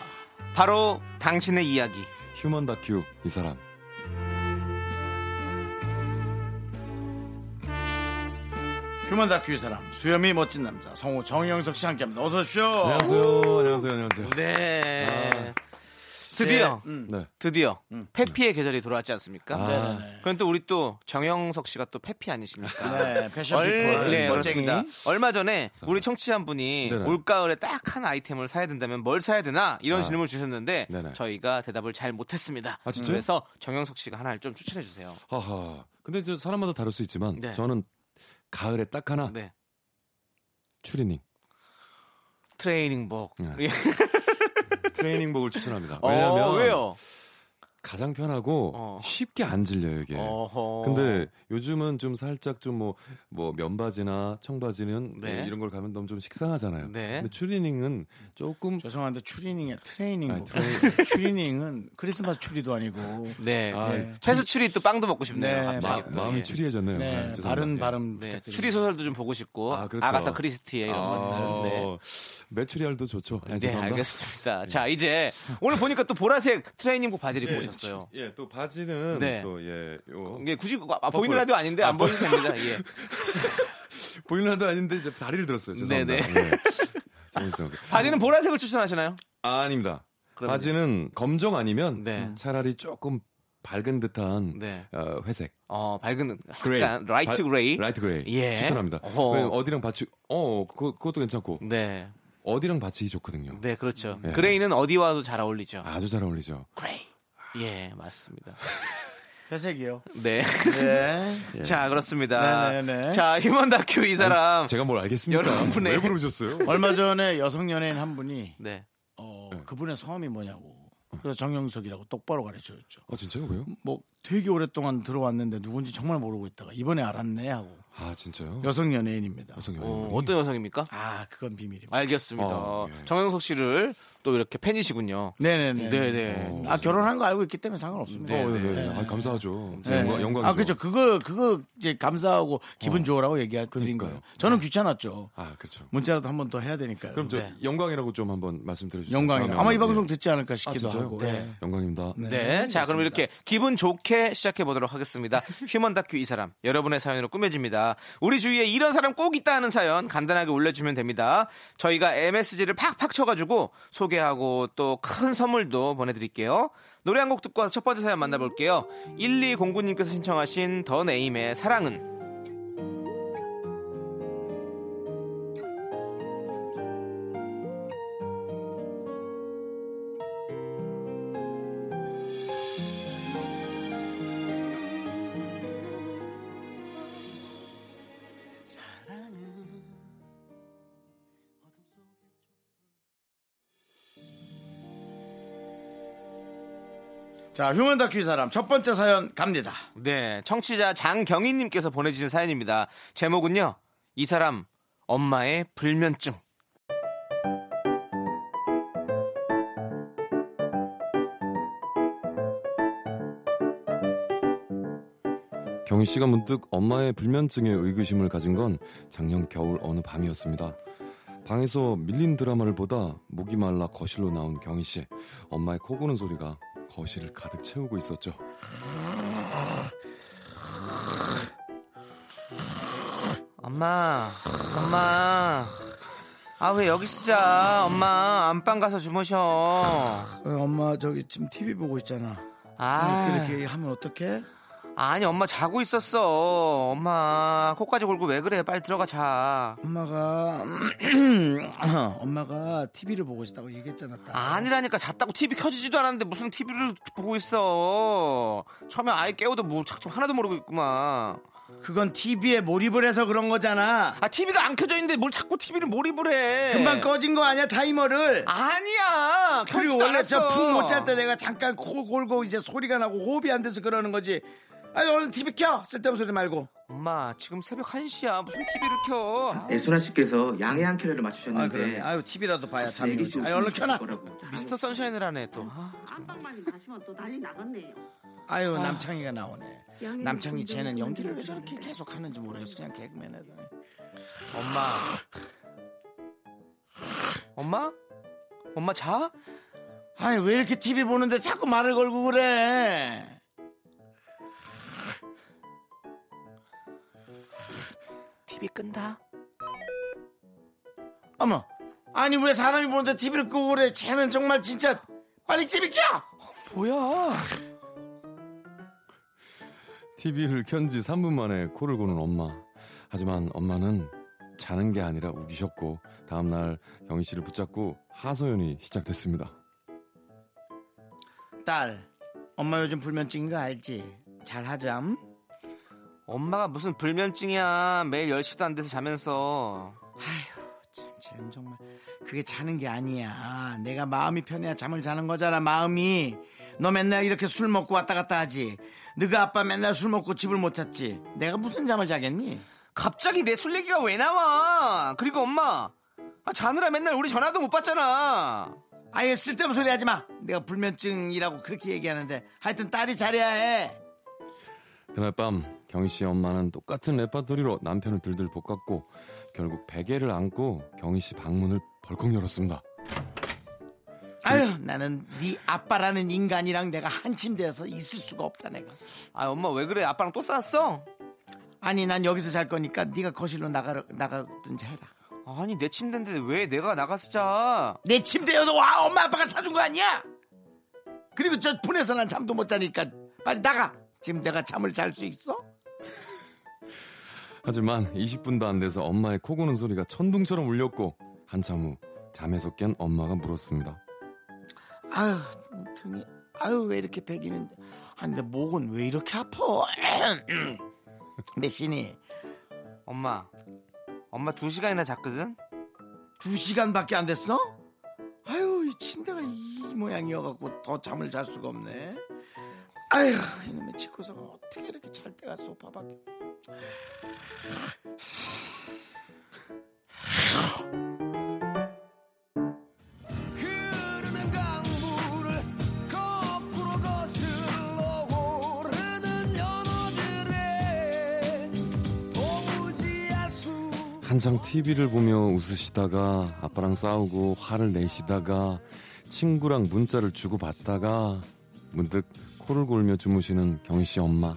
S3: 바로 당신의 이야기.
S5: 휴먼 다큐 이 사람
S2: 휴먼 다큐의 사람 수염이 멋진 남자 성우 정영석 씨 함께합니다. 어서 오십시오.
S5: 안녕하세요 어, 안녕하세요 안녕하세요
S3: 네.
S5: 아.
S3: 드디어,
S2: 음.
S5: 네
S3: 드디어 페피의 계절이 돌아왔지 않습니까?
S5: 아.
S2: 네네네.
S3: 그럼 또 우리 또 정영석 씨가 또 페피 아니십니까?
S2: 네, 패션
S3: 얼,
S2: 피콜
S3: 네,
S2: 멋쟁이.
S3: 그렇습니다. 얼마 전에 우리 청취자 한 분이
S5: 네. 네네.
S3: 올가을에 딱 한 아이템을 사야 된다면 뭘 사야 되나 이런
S5: 아.
S3: 질문을 주셨는데
S5: 네네.
S3: 저희가 대답을 잘 못했습니다.
S5: 아, 진짜요?
S3: 그래서 정영석 씨가 하나를 좀 추천해 주세요.
S5: 하하 근데 저 사람마다 다를 수 있지만
S3: 네.
S5: 저는 가을에 딱 하나
S3: 네.
S5: 추리닝
S3: 트레이닝복.
S5: 네.
S3: 예.
S5: 트레이닝복을 추천합니다
S3: 어,
S5: 왜냐면
S3: 왜요?
S5: 가장 편하고
S3: 어.
S5: 쉽게 안 질려요 이게
S3: 어허.
S5: 예. 근데 요즘은 좀 살짝 좀 뭐 뭐 면바지나 청바지는
S3: 네.
S5: 뭐 이런 걸 가면 너무 좀 식상하잖아요.
S3: 네.
S5: 근데 추리닝은 조금
S2: 죄송한데 추리닝에 트레이닝
S5: 아니,
S2: 복. 추리닝은 크리스마스 추리도 아니고
S3: 네.
S5: 아,
S2: 네.
S3: 채소 추리 또 빵도 먹고 싶네요.
S2: 네,
S3: 갑자기. 또,
S5: 마음이
S3: 예.
S5: 추리해졌네요. 아,
S2: 네,
S5: 죄송합니다.
S2: 바른
S5: 예.
S2: 발음
S3: 네.
S2: 부탁드립니다.
S3: 추리 소설도 좀 보고 싶고
S5: 아,
S3: 아,
S5: 그렇죠.
S3: 가사 크리스티의 이런
S5: 아,
S3: 것들. 네.
S5: 메추리알도 좋죠. 아,
S3: 네,
S5: 죄송합니다.
S3: 알겠습니다. 자, 이제 오늘 보니까 또 보라색 트레이닝복 바지를 입고 오셨어요.
S5: 예, 또 바지는
S3: 네.
S5: 또 예, 요
S3: 이게 굳이 그거
S5: 어,
S3: 아, 보이는 라디오 아닌데 안 보이면
S5: 뭐.
S3: 됩니다. 예.
S5: 보일러도 아닌데 이제 다리를 들었어요. 죄송합니다.
S3: 네,
S5: 네. 정말 죄송합니다.
S3: 바지는 보라색을 추천하시나요?
S5: 아, 아닙니다.
S3: 그럼요.
S5: 바지는 검정 아니면
S3: 네.
S5: 차라리 조금 밝은 듯한
S3: 네.
S5: 어, 회색.
S3: 어, 밝은 약간
S5: 그레이.
S3: 라이트
S5: 바-
S3: 그레이.
S5: 라이트 그레이.
S3: 예.
S5: 추천합니다.
S3: 어허.
S5: 왜 어디랑 받치, 어, 그거, 그것도 괜찮고.
S3: 네.
S5: 어디랑 받치기 좋거든요.
S3: 네, 그렇죠.
S5: 예.
S3: 그레이는 어디와도 잘 어울리죠.
S5: 아주 잘 어울리죠.
S3: 그레이. 예, 맞습니다.
S2: 회색이요.
S3: 네.
S2: 네.
S3: 자, 그렇습니다.
S2: 네, 네, 네.
S3: 자, 휴먼 다큐 이 사람.
S5: 음, 제가 뭘 알겠습니까?
S3: 아, 여러분의-
S5: 왜 물어보셨어요?
S2: 얼마 전에 여성 연예인 한 분이
S3: 네.
S2: 어, 그분의 성함이 뭐냐고. 그래서 정영석이라고 똑바로 가르쳐줬죠.
S5: 아, 진짜요? 왜요?
S2: 뭐 되게 오랫동안 들어왔는데 누군지 정말 모르고 있다가 이번에 알았네 하고
S5: 아, 진짜요?
S2: 여성 연예인입니다.
S5: 여성
S3: 어,
S5: 연예인.
S3: 어떤 여성입니까?
S2: 아 그건 비밀이고.
S3: 알겠습니다.
S5: 어, 예.
S3: 정영석 씨를 또 이렇게 팬이시군요.
S2: 네네네.
S3: 네네.
S5: 어.
S2: 아 결혼한 거 알고 있기 때문에 상관없습니다.
S5: 어,
S3: 네,
S5: 네, 네.
S3: 네.
S5: 아, 감사하죠.
S2: 네.
S5: 영광, 영광이죠. 어.
S2: 아 그렇죠. 그거 그거 이제 감사하고 기분 좋으라고 얘기해 드린 거예요. 저는 귀찮았죠.
S5: 아, 그렇죠.
S2: 문자라도 한 번 더 해야 되니까요.
S5: 그럼 저
S3: 네.
S5: 영광이라고 좀 한번 말씀드려 주세요.
S2: 영광이 아마 이 방송
S5: 예.
S2: 듣지 않을까
S5: 아,
S2: 싶기도
S5: 진짜요?
S2: 하고.
S5: 네. 영광입니다.
S3: 네. 자, 그럼 이렇게 기분 좋게 시작해 보도록 하겠습니다. 휴먼 다큐 이 사람. 여러분의 사연으로 꾸며집니다. 우리 주위에 이런 사람 꼭 있다 하는 사연 간단하게 올려주면 됩니다. 저희가 MSG를 팍팍 쳐가지고 소개하고 또 큰 선물도 보내드릴게요. 노래 한 곡 듣고 와서 첫 번째 사연 만나볼게요. 1209님께서 신청하신 더 네임의 사랑은.
S2: 자 휴먼 다큐 이 사람 첫 번째 사연 갑니다.
S3: 네. 청취자 장경희님께서 보내주신 사연입니다. 제목은요. 이 사람, 엄마의 불면증.
S5: 경희 씨가 문득 엄마의 불면증에 의구심을 가진 건 작년 겨울 어느 밤이었습니다. 방에서 밀린 드라마를 보다 목이 말라 거실로 나온 경희 씨. 엄마의 코 고는 소리가 거실을 가득 채우고 있었죠.
S3: 엄마, 엄마. 아, 왜 여기 쓰자. 엄마, 안방 가서 주무셔.
S2: 어, 엄마 저기 지금 TV 보고 있잖아.
S3: 아,
S2: 이렇게, 이렇게 하면 어떡해?
S3: 아니 엄마 자고 있었어 엄마 코까지 골고 왜 그래 빨리 들어가 자
S2: 엄마가 엄마가 TV를 보고 있다고 얘기했잖아. 딸.
S3: 아니라니까 잤다고 TV 켜지지도 않았는데 무슨 TV를 보고 있어 처음에 아예 깨워도 뭐착좀 하나도 모르고 있구만
S2: 그건 TV에 몰입을 해서 그런 거잖아.
S3: 아 TV가 안 켜져 있는데 뭘 자꾸 TV를 몰입을 해
S2: 금방 꺼진 거 아니야 타이머를.
S3: 아니야
S2: 그리고
S3: 켜지도
S2: 원래 저
S3: 않았어.
S2: 풍 못 잘 때 내가 잠깐 코 골고 이제 소리가 나고 호흡이 안 돼서 그러는 거지. 아니 얼른 TV 켜. 쓸데없는 소리 말고. 아,
S3: 엄마 지금 새벽 1시야 무슨 TV를 켜 아,
S9: 예, 수라 씨께서 양해 한 킬로를 맞추셨는데
S2: 아 그러네. 아유 TV라도 봐야 잠이
S9: 얘기
S2: 오지.
S9: 좀
S2: 아유 얼른 켜놔.
S9: 거라고.
S3: 미스터 선샤인을 하네 또 아,
S10: 안방만 가시면 또 난리 나겠네요.
S2: 아유 남창이가 나오네. 남창이 쟤는 연기를 왜 저렇게 계속 하는지 모르겠어. 그냥 개그맨 애들.
S3: 엄마 엄마 엄마 자?
S2: 아니 왜 이렇게 TV 보는데 자꾸 말을 걸고 그래?
S3: TV 끈다
S2: 어머, 아니 왜 사람이 보는데 TV를 끄고 그래? 쟤는 정말 진짜 빨리 TV 켜!
S3: 뭐야
S5: TV를 켠지 3분 만에 코를 고는 엄마. 하지만 엄마는 자는 게 아니라 우기셨고 다음날 경희 씨를 붙잡고 하소연이 시작됐습니다.
S2: 딸, 엄마 요즘 불면증인 거 알지? 잘하잠.
S3: 엄마가 무슨 불면증이야 매일 10시도 안 돼서 자면서
S2: 참, 쟤는 정말 그게 자는 게 아니야. 내가 마음이 편해야 잠을 자는 거잖아. 마음이. 너 맨날 이렇게 술 먹고 왔다 갔다 하지. 너가 아빠 맨날 술 먹고 집을 못 잤지. 내가 무슨 잠을 자겠니?
S3: 갑자기 내 술 얘기가 왜 나와 그리고 엄마 아, 자느라 맨날 우리 전화도 못 받잖아
S2: 아예 쓸데없는 소리 하지 마. 내가 불면증이라고 그렇게 얘기하는데 하여튼 딸이 잘해야 해.
S5: 그날 밤 경희 씨의 엄마는 똑같은 레파토리로 남편을 들들 볶았고 결국 베개를 안고 경희 씨 방문을 벌컥 열었습니다.
S2: 아유 나는 네 아빠라는 인간이랑 내가 한 침대에서 있을 수가 없다 내가
S3: 아 엄마 왜 그래 아빠랑 또 싸웠어?
S2: 아니 난 여기서 잘 거니까 네가 거실로 나가 나가든지 해라
S3: 아니 내 침대인데 왜 내가 나가서 자
S2: 내 침대여도 와 엄마 아빠가 사준 거 아니야 그리고 저 분해서 난 잠도 못 자니까 빨리 나가 지금 내가 잠을 잘 수 있어
S5: 하지만 20분도 안 돼서 엄마의 코 고는 소리가 천둥처럼 울렸고 한참 후 잠에서 깬 엄마가 물었습니다.
S2: 아유 등이 아유 왜 이렇게 베기는 아니 내 목은 왜 이렇게 아파 메신이
S3: 엄마 엄마 두시간이나 잤거든?
S2: 두 시간밖에 안 됐어? 아유 이 침대가 이 모양이어갖고 더 잠을 잘 수가 없네. 아휴 이놈의 치고서가 어떻게 이렇게 잘 때가 소파밖에.
S6: 흐르는 강물을 거꾸로 거슬러 오르는 연어들의 도무지 알수
S5: 한창 TV를 보며 웃으시다가 아빠랑 싸우고 화를 내시다가 친구랑 문자를 주고받다가 문득 코를 골며 주무시는 경희 씨 엄마.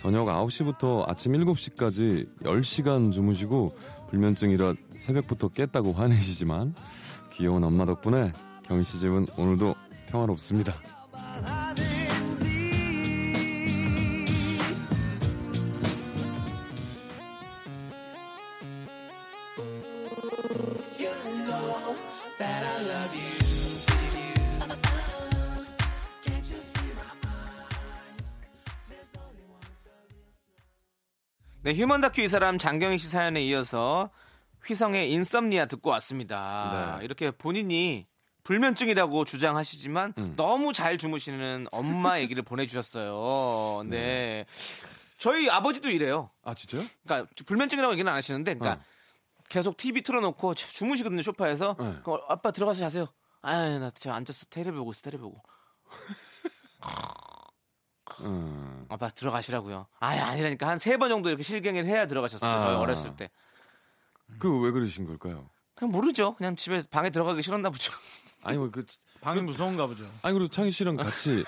S5: 저녁 9시부터 아침 7시까지 10시간 주무시고 불면증이라 새벽부터 깼다고 화내시지만 귀여운 엄마 덕분에 경희 씨 집은 오늘도 평화롭습니다.
S3: 네 휴먼 다큐 이 사람 장경희 씨 사연에 이어서 휘성의 인썸니아 듣고 왔습니다
S5: 네.
S3: 이렇게 본인이 불면증이라고 주장하시지만 너무 잘 주무시는 엄마 얘기를 보내주셨어요 네 저희 아버지도 이래요
S5: 아 진짜요?
S3: 그러니까 불면증이라고 얘기는 안 하시는데 그러니까
S5: 어.
S3: 계속 TV 틀어놓고 자- 주무시거든요 소파에서
S5: 네.
S3: 그럼 아빠 들어가서 자세요 아유 나 지금 앉아서 테레비 보고 있어 테레비 보고
S5: 음.
S3: 아빠 들어가시라고요 아유 아니라니까 한 세 번 정도 이렇게 실갱이를 해야 들어가셨어요 저희
S5: 아.
S3: 어렸을 때
S5: 그 왜 그러신 걸까요?
S3: 그냥 모르죠 그냥 집에 방에 들어가기 싫었나 보죠
S5: 아니 뭐그
S2: 방이 무서운가 보죠.
S5: 아니 그리고 창희 씨랑 같이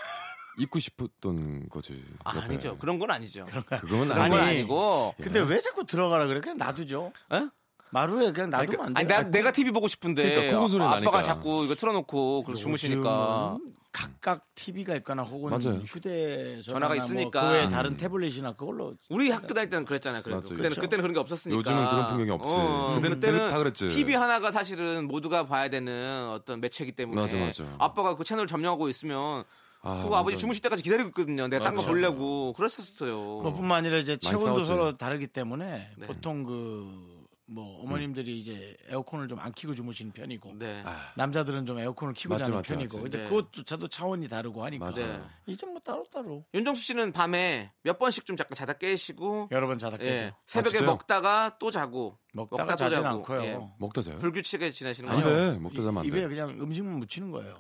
S5: 있고 싶었던 거지.
S3: 아,
S5: 옆에.
S3: 아니죠 그런 건 아니죠 그런
S5: 그건
S3: 건
S5: 아니고. 예.
S2: 아니.
S3: 아니고
S2: 근데 왜 자꾸 들어가라 그래? 그냥 놔두죠.
S3: 에?
S2: 마루에 그냥 놔두면 안
S3: 아니,
S2: 돼요.
S3: 나, 내가 TV 보고 싶은데
S5: 그러니까, 그거 소리
S3: 아,
S5: 나니까.
S3: 아빠가 자꾸 이거 틀어놓고 그걸 주무시니까
S2: 그러니까 요즘은 각각 TV가 있거나 혹은
S5: 맞아요.
S2: 휴대
S3: 전화가 있으니까. 음.
S2: 그 외에 다른 태블릿이나 그걸로
S3: 우리 학교 다닐 때는 그랬잖아요. 그래도
S5: 맞아요.
S3: 그때는
S5: 그렇죠.
S3: 그때는 그런 게 없었으니까. 어,
S5: 요즘은 그런 풍경이 없지. 그때는 다 그랬지.
S3: TV 하나가 사실은 모두가 봐야 되는 어떤 매체이기 때문에
S5: 맞아, 맞아.
S3: 아빠가 그 채널 점령하고 있으면
S5: 아,
S3: 그거
S5: 맞아.
S3: 아버지 주무실 때까지 기다리고 있거든요. 내가 딴 거
S5: 맞아.
S3: 보려고 그랬었어요.
S2: 그뿐만 아니라 이제 체온도
S5: 싸웠죠.
S2: 서로 다르기 때문에
S3: 네. 음.
S2: 보통 그 뭐 어머님들이 이제 에어컨을 좀 안 켜고 주무시는 편이고
S3: 네.
S5: 아.
S2: 남자들은 좀 에어컨을 켜고
S5: 맞지,
S2: 자는
S5: 맞지,
S2: 편이고
S5: 맞지.
S2: 이제
S3: 네.
S2: 그것조차도 차원이 다르고 하니까
S5: 맞아요.
S2: 이제 뭐 따로 따로
S3: 윤정수 씨는 밤에 몇 번씩 좀 잠깐 자다 깨시고
S2: 여러 번 자다 깨죠.
S3: 예. 새벽에
S5: 아, 진짜요?
S3: 먹다가 또 자고
S2: 먹다가 자진 않고요. 아, 네.
S3: 예.
S5: 먹다 자요?
S3: 불규칙하게 지내시는
S5: 안
S3: 거예요.
S5: 돼. 먹다 자면 안
S2: 입에
S5: 돼.
S2: 그냥 음식만 묻히는 거예요.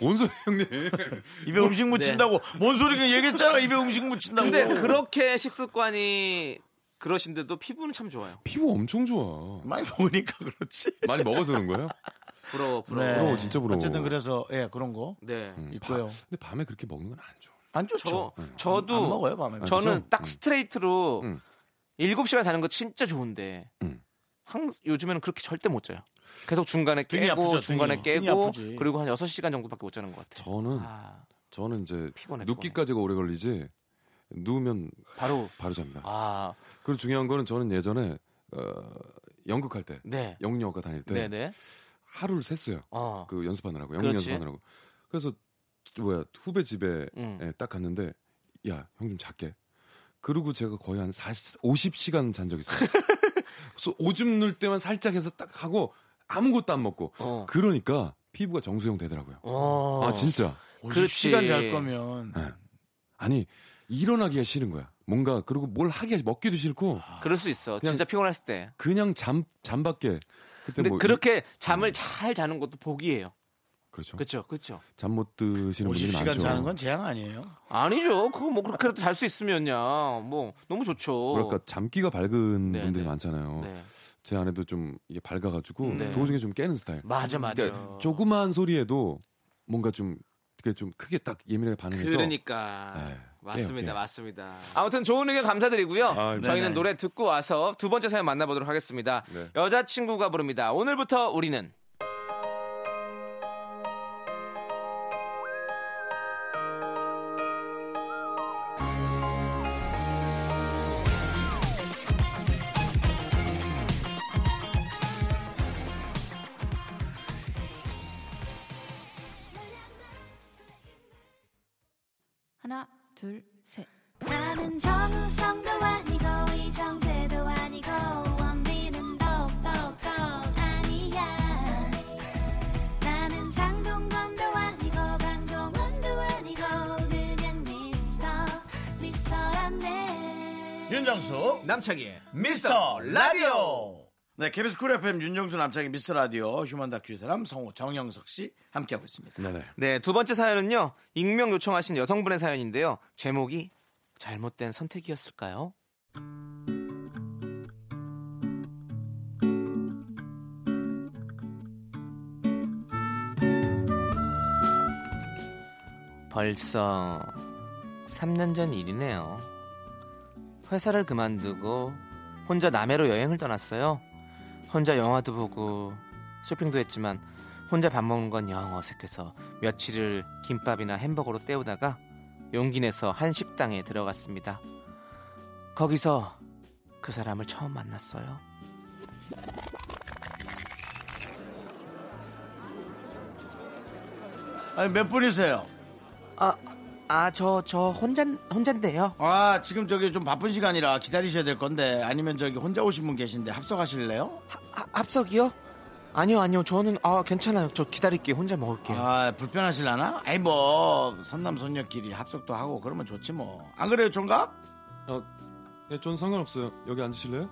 S5: 뭔 소리 형님.
S2: 입에 음식 묻힌다고 뭔 소리가 얘기했잖아. 입에 음식 묻힌다고.
S3: 근데 그렇게 식습관이 그러신데도 피부는 참 좋아요.
S5: 피부 엄청 좋아.
S2: 많이 먹으니까 그렇지.
S5: 많이 먹어서 그런 거예요?
S3: 부러워, 부러워.
S2: 네.
S5: 부러워, 진짜 부러워.
S2: 어쨌든 그래서 예 그런 거
S3: 네.
S5: 음,
S2: 있고요.
S5: 밤- 근데 밤에 그렇게 먹는 건 안 좋아.
S2: 안 좋죠.
S3: 저,
S2: 안
S3: 저도
S2: 먹어요 밤에.
S3: 저는
S5: 그죠? 음.
S3: 딱 스트레이트로
S5: 음.
S3: 7시간 자는 거 진짜 좋은데
S5: 음.
S3: 항, 요즘에는 그렇게 절대 못 자요. 계속 중간에
S2: 등이
S3: 깨고
S2: 아프죠,
S3: 중간에
S2: 등이. 등이
S3: 깨고
S2: 아프지.
S3: 그리고 한 6시간 정도밖에 못 자는 것 같아요.
S5: 저는
S3: 아,
S5: 저는 이제
S3: 피곤해,
S5: 눕기까지가 오래 걸리지 누우면
S3: 바로
S5: 바로 잡니다.
S3: 아,
S5: 그리고 중요한 거는 저는 예전에 어, 연극할 때
S3: 네.
S5: 영리학과 다닐 때
S3: 네, 네.
S5: 하루를 샜어요.
S3: 어.
S5: 그 연습하느라고 연극
S3: 그렇지.
S5: 연습하느라고. 그래서 뭐야 후배 집에
S3: 음.
S5: 예, 딱 갔는데 야 형 좀 잘게. 그리고 제가 거의 한 40, 50시간 잔 적이 있어요. 그래서 오줌 눌 때만 살짝 해서 딱 하고 아무것도 안 먹고
S3: 어.
S5: 그러니까 피부가 정수형 되더라고요.
S3: 어.
S5: 아 진짜
S3: 그렇지.
S2: 50시간 잘 거면
S5: 네. 아니 일어나기가 싫은 거야. 뭔가 그리고 뭘 하기가 먹기도 싫고
S3: 그럴 수 있어.
S5: 그냥-
S3: 진짜 피곤했을 때.
S5: 그냥 잠 잠밖에 그때
S3: 근데 음.
S5: 뭐
S3: 그렇게 잠을 잘 자는 것도 복이에요.
S5: 그렇죠.
S3: 그렇죠. 그렇죠.
S5: 잠 못 드시는 분들이
S2: 50시간
S5: 많죠.
S2: 자는 건 재앙 아니에요.
S3: 아니죠. 그거 뭐 그렇게라도 잘 수 있으면요. 뭐 너무 좋죠.
S5: 뭐랄까 잠기가 밝은
S3: 네,
S5: 분들이
S3: 네.
S5: 많잖아요.
S3: 네.
S5: 제 아내도 좀 이게 밝아가지고
S3: 네.
S5: 도중에 좀 깨는 스타일.
S3: 맞아 맞아.
S5: 그러니까 조그마한 소리에도 뭔가 좀 그게 좀 크게 딱 예민하게 반응해서
S3: 그러니까
S5: 네,
S3: 맞습니다,
S5: 깨요, 깨요.
S3: 맞습니다. 아무튼 좋은 의견 감사드리고요.
S5: 아, 네.
S3: 저희는
S2: 네네.
S3: 노래 듣고 와서 두 번째 사연 만나보도록 하겠습니다.
S5: 네.
S3: 여자친구가 부릅니다. 오늘부터 우리는
S4: 하나, 둘, 셋. 나는 정우성도 아니고 이정재도 아니고 원빈은 더욱더 아니야 나는 장동건도 아니고 강동원도 아니고 그냥 미스터 미스터란데
S2: 예. 윤정수
S3: 남창희의
S2: 미스터 라디오. 네, KBS 쿨 FM 윤정수 남창의 미스터 라디오 휴먼 다큐 이 사람 성우 정영석 씨 함께하고 있습니다.
S5: 네네.
S3: 네, 두 번째 사연은요. 익명 요청하신 여성분의 사연인데요. 제목이 잘못된 선택이었을까요? 벌써 3년 전 일이네요. 회사를 그만두고 혼자 남해로 여행을 떠났어요. 혼자 영화도 보고 쇼핑도 했지만 혼자 밥 먹는 건 영 어색해서 며칠을 김밥이나 햄버거로 때우다가 용기 내서 한 식당에 들어갔습니다. 거기서 그 사람을 처음 만났어요.
S2: 아니 몇 분이세요?
S3: 아, 아, 저, 저 혼자, 혼잔데요.
S2: 아, 지금 저기 좀 바쁜 시간이라 기다리셔야 될 건데 아니면 저기 혼자 오신 분 계신데 합석하실래요?
S3: 하- 하- 아, 합석이요? 아니요, 아니요. 저는, 아, 괜찮아요. 저 기다릴게요. 혼자 먹을게요.
S2: 아, 불편하실라나? 아니 뭐 선남 선녀끼리 합석도 하고 그러면 좋지 뭐. 안 그래요, 총각?
S5: 아, 네, 전 상관없어요. 여기 앉으실래요?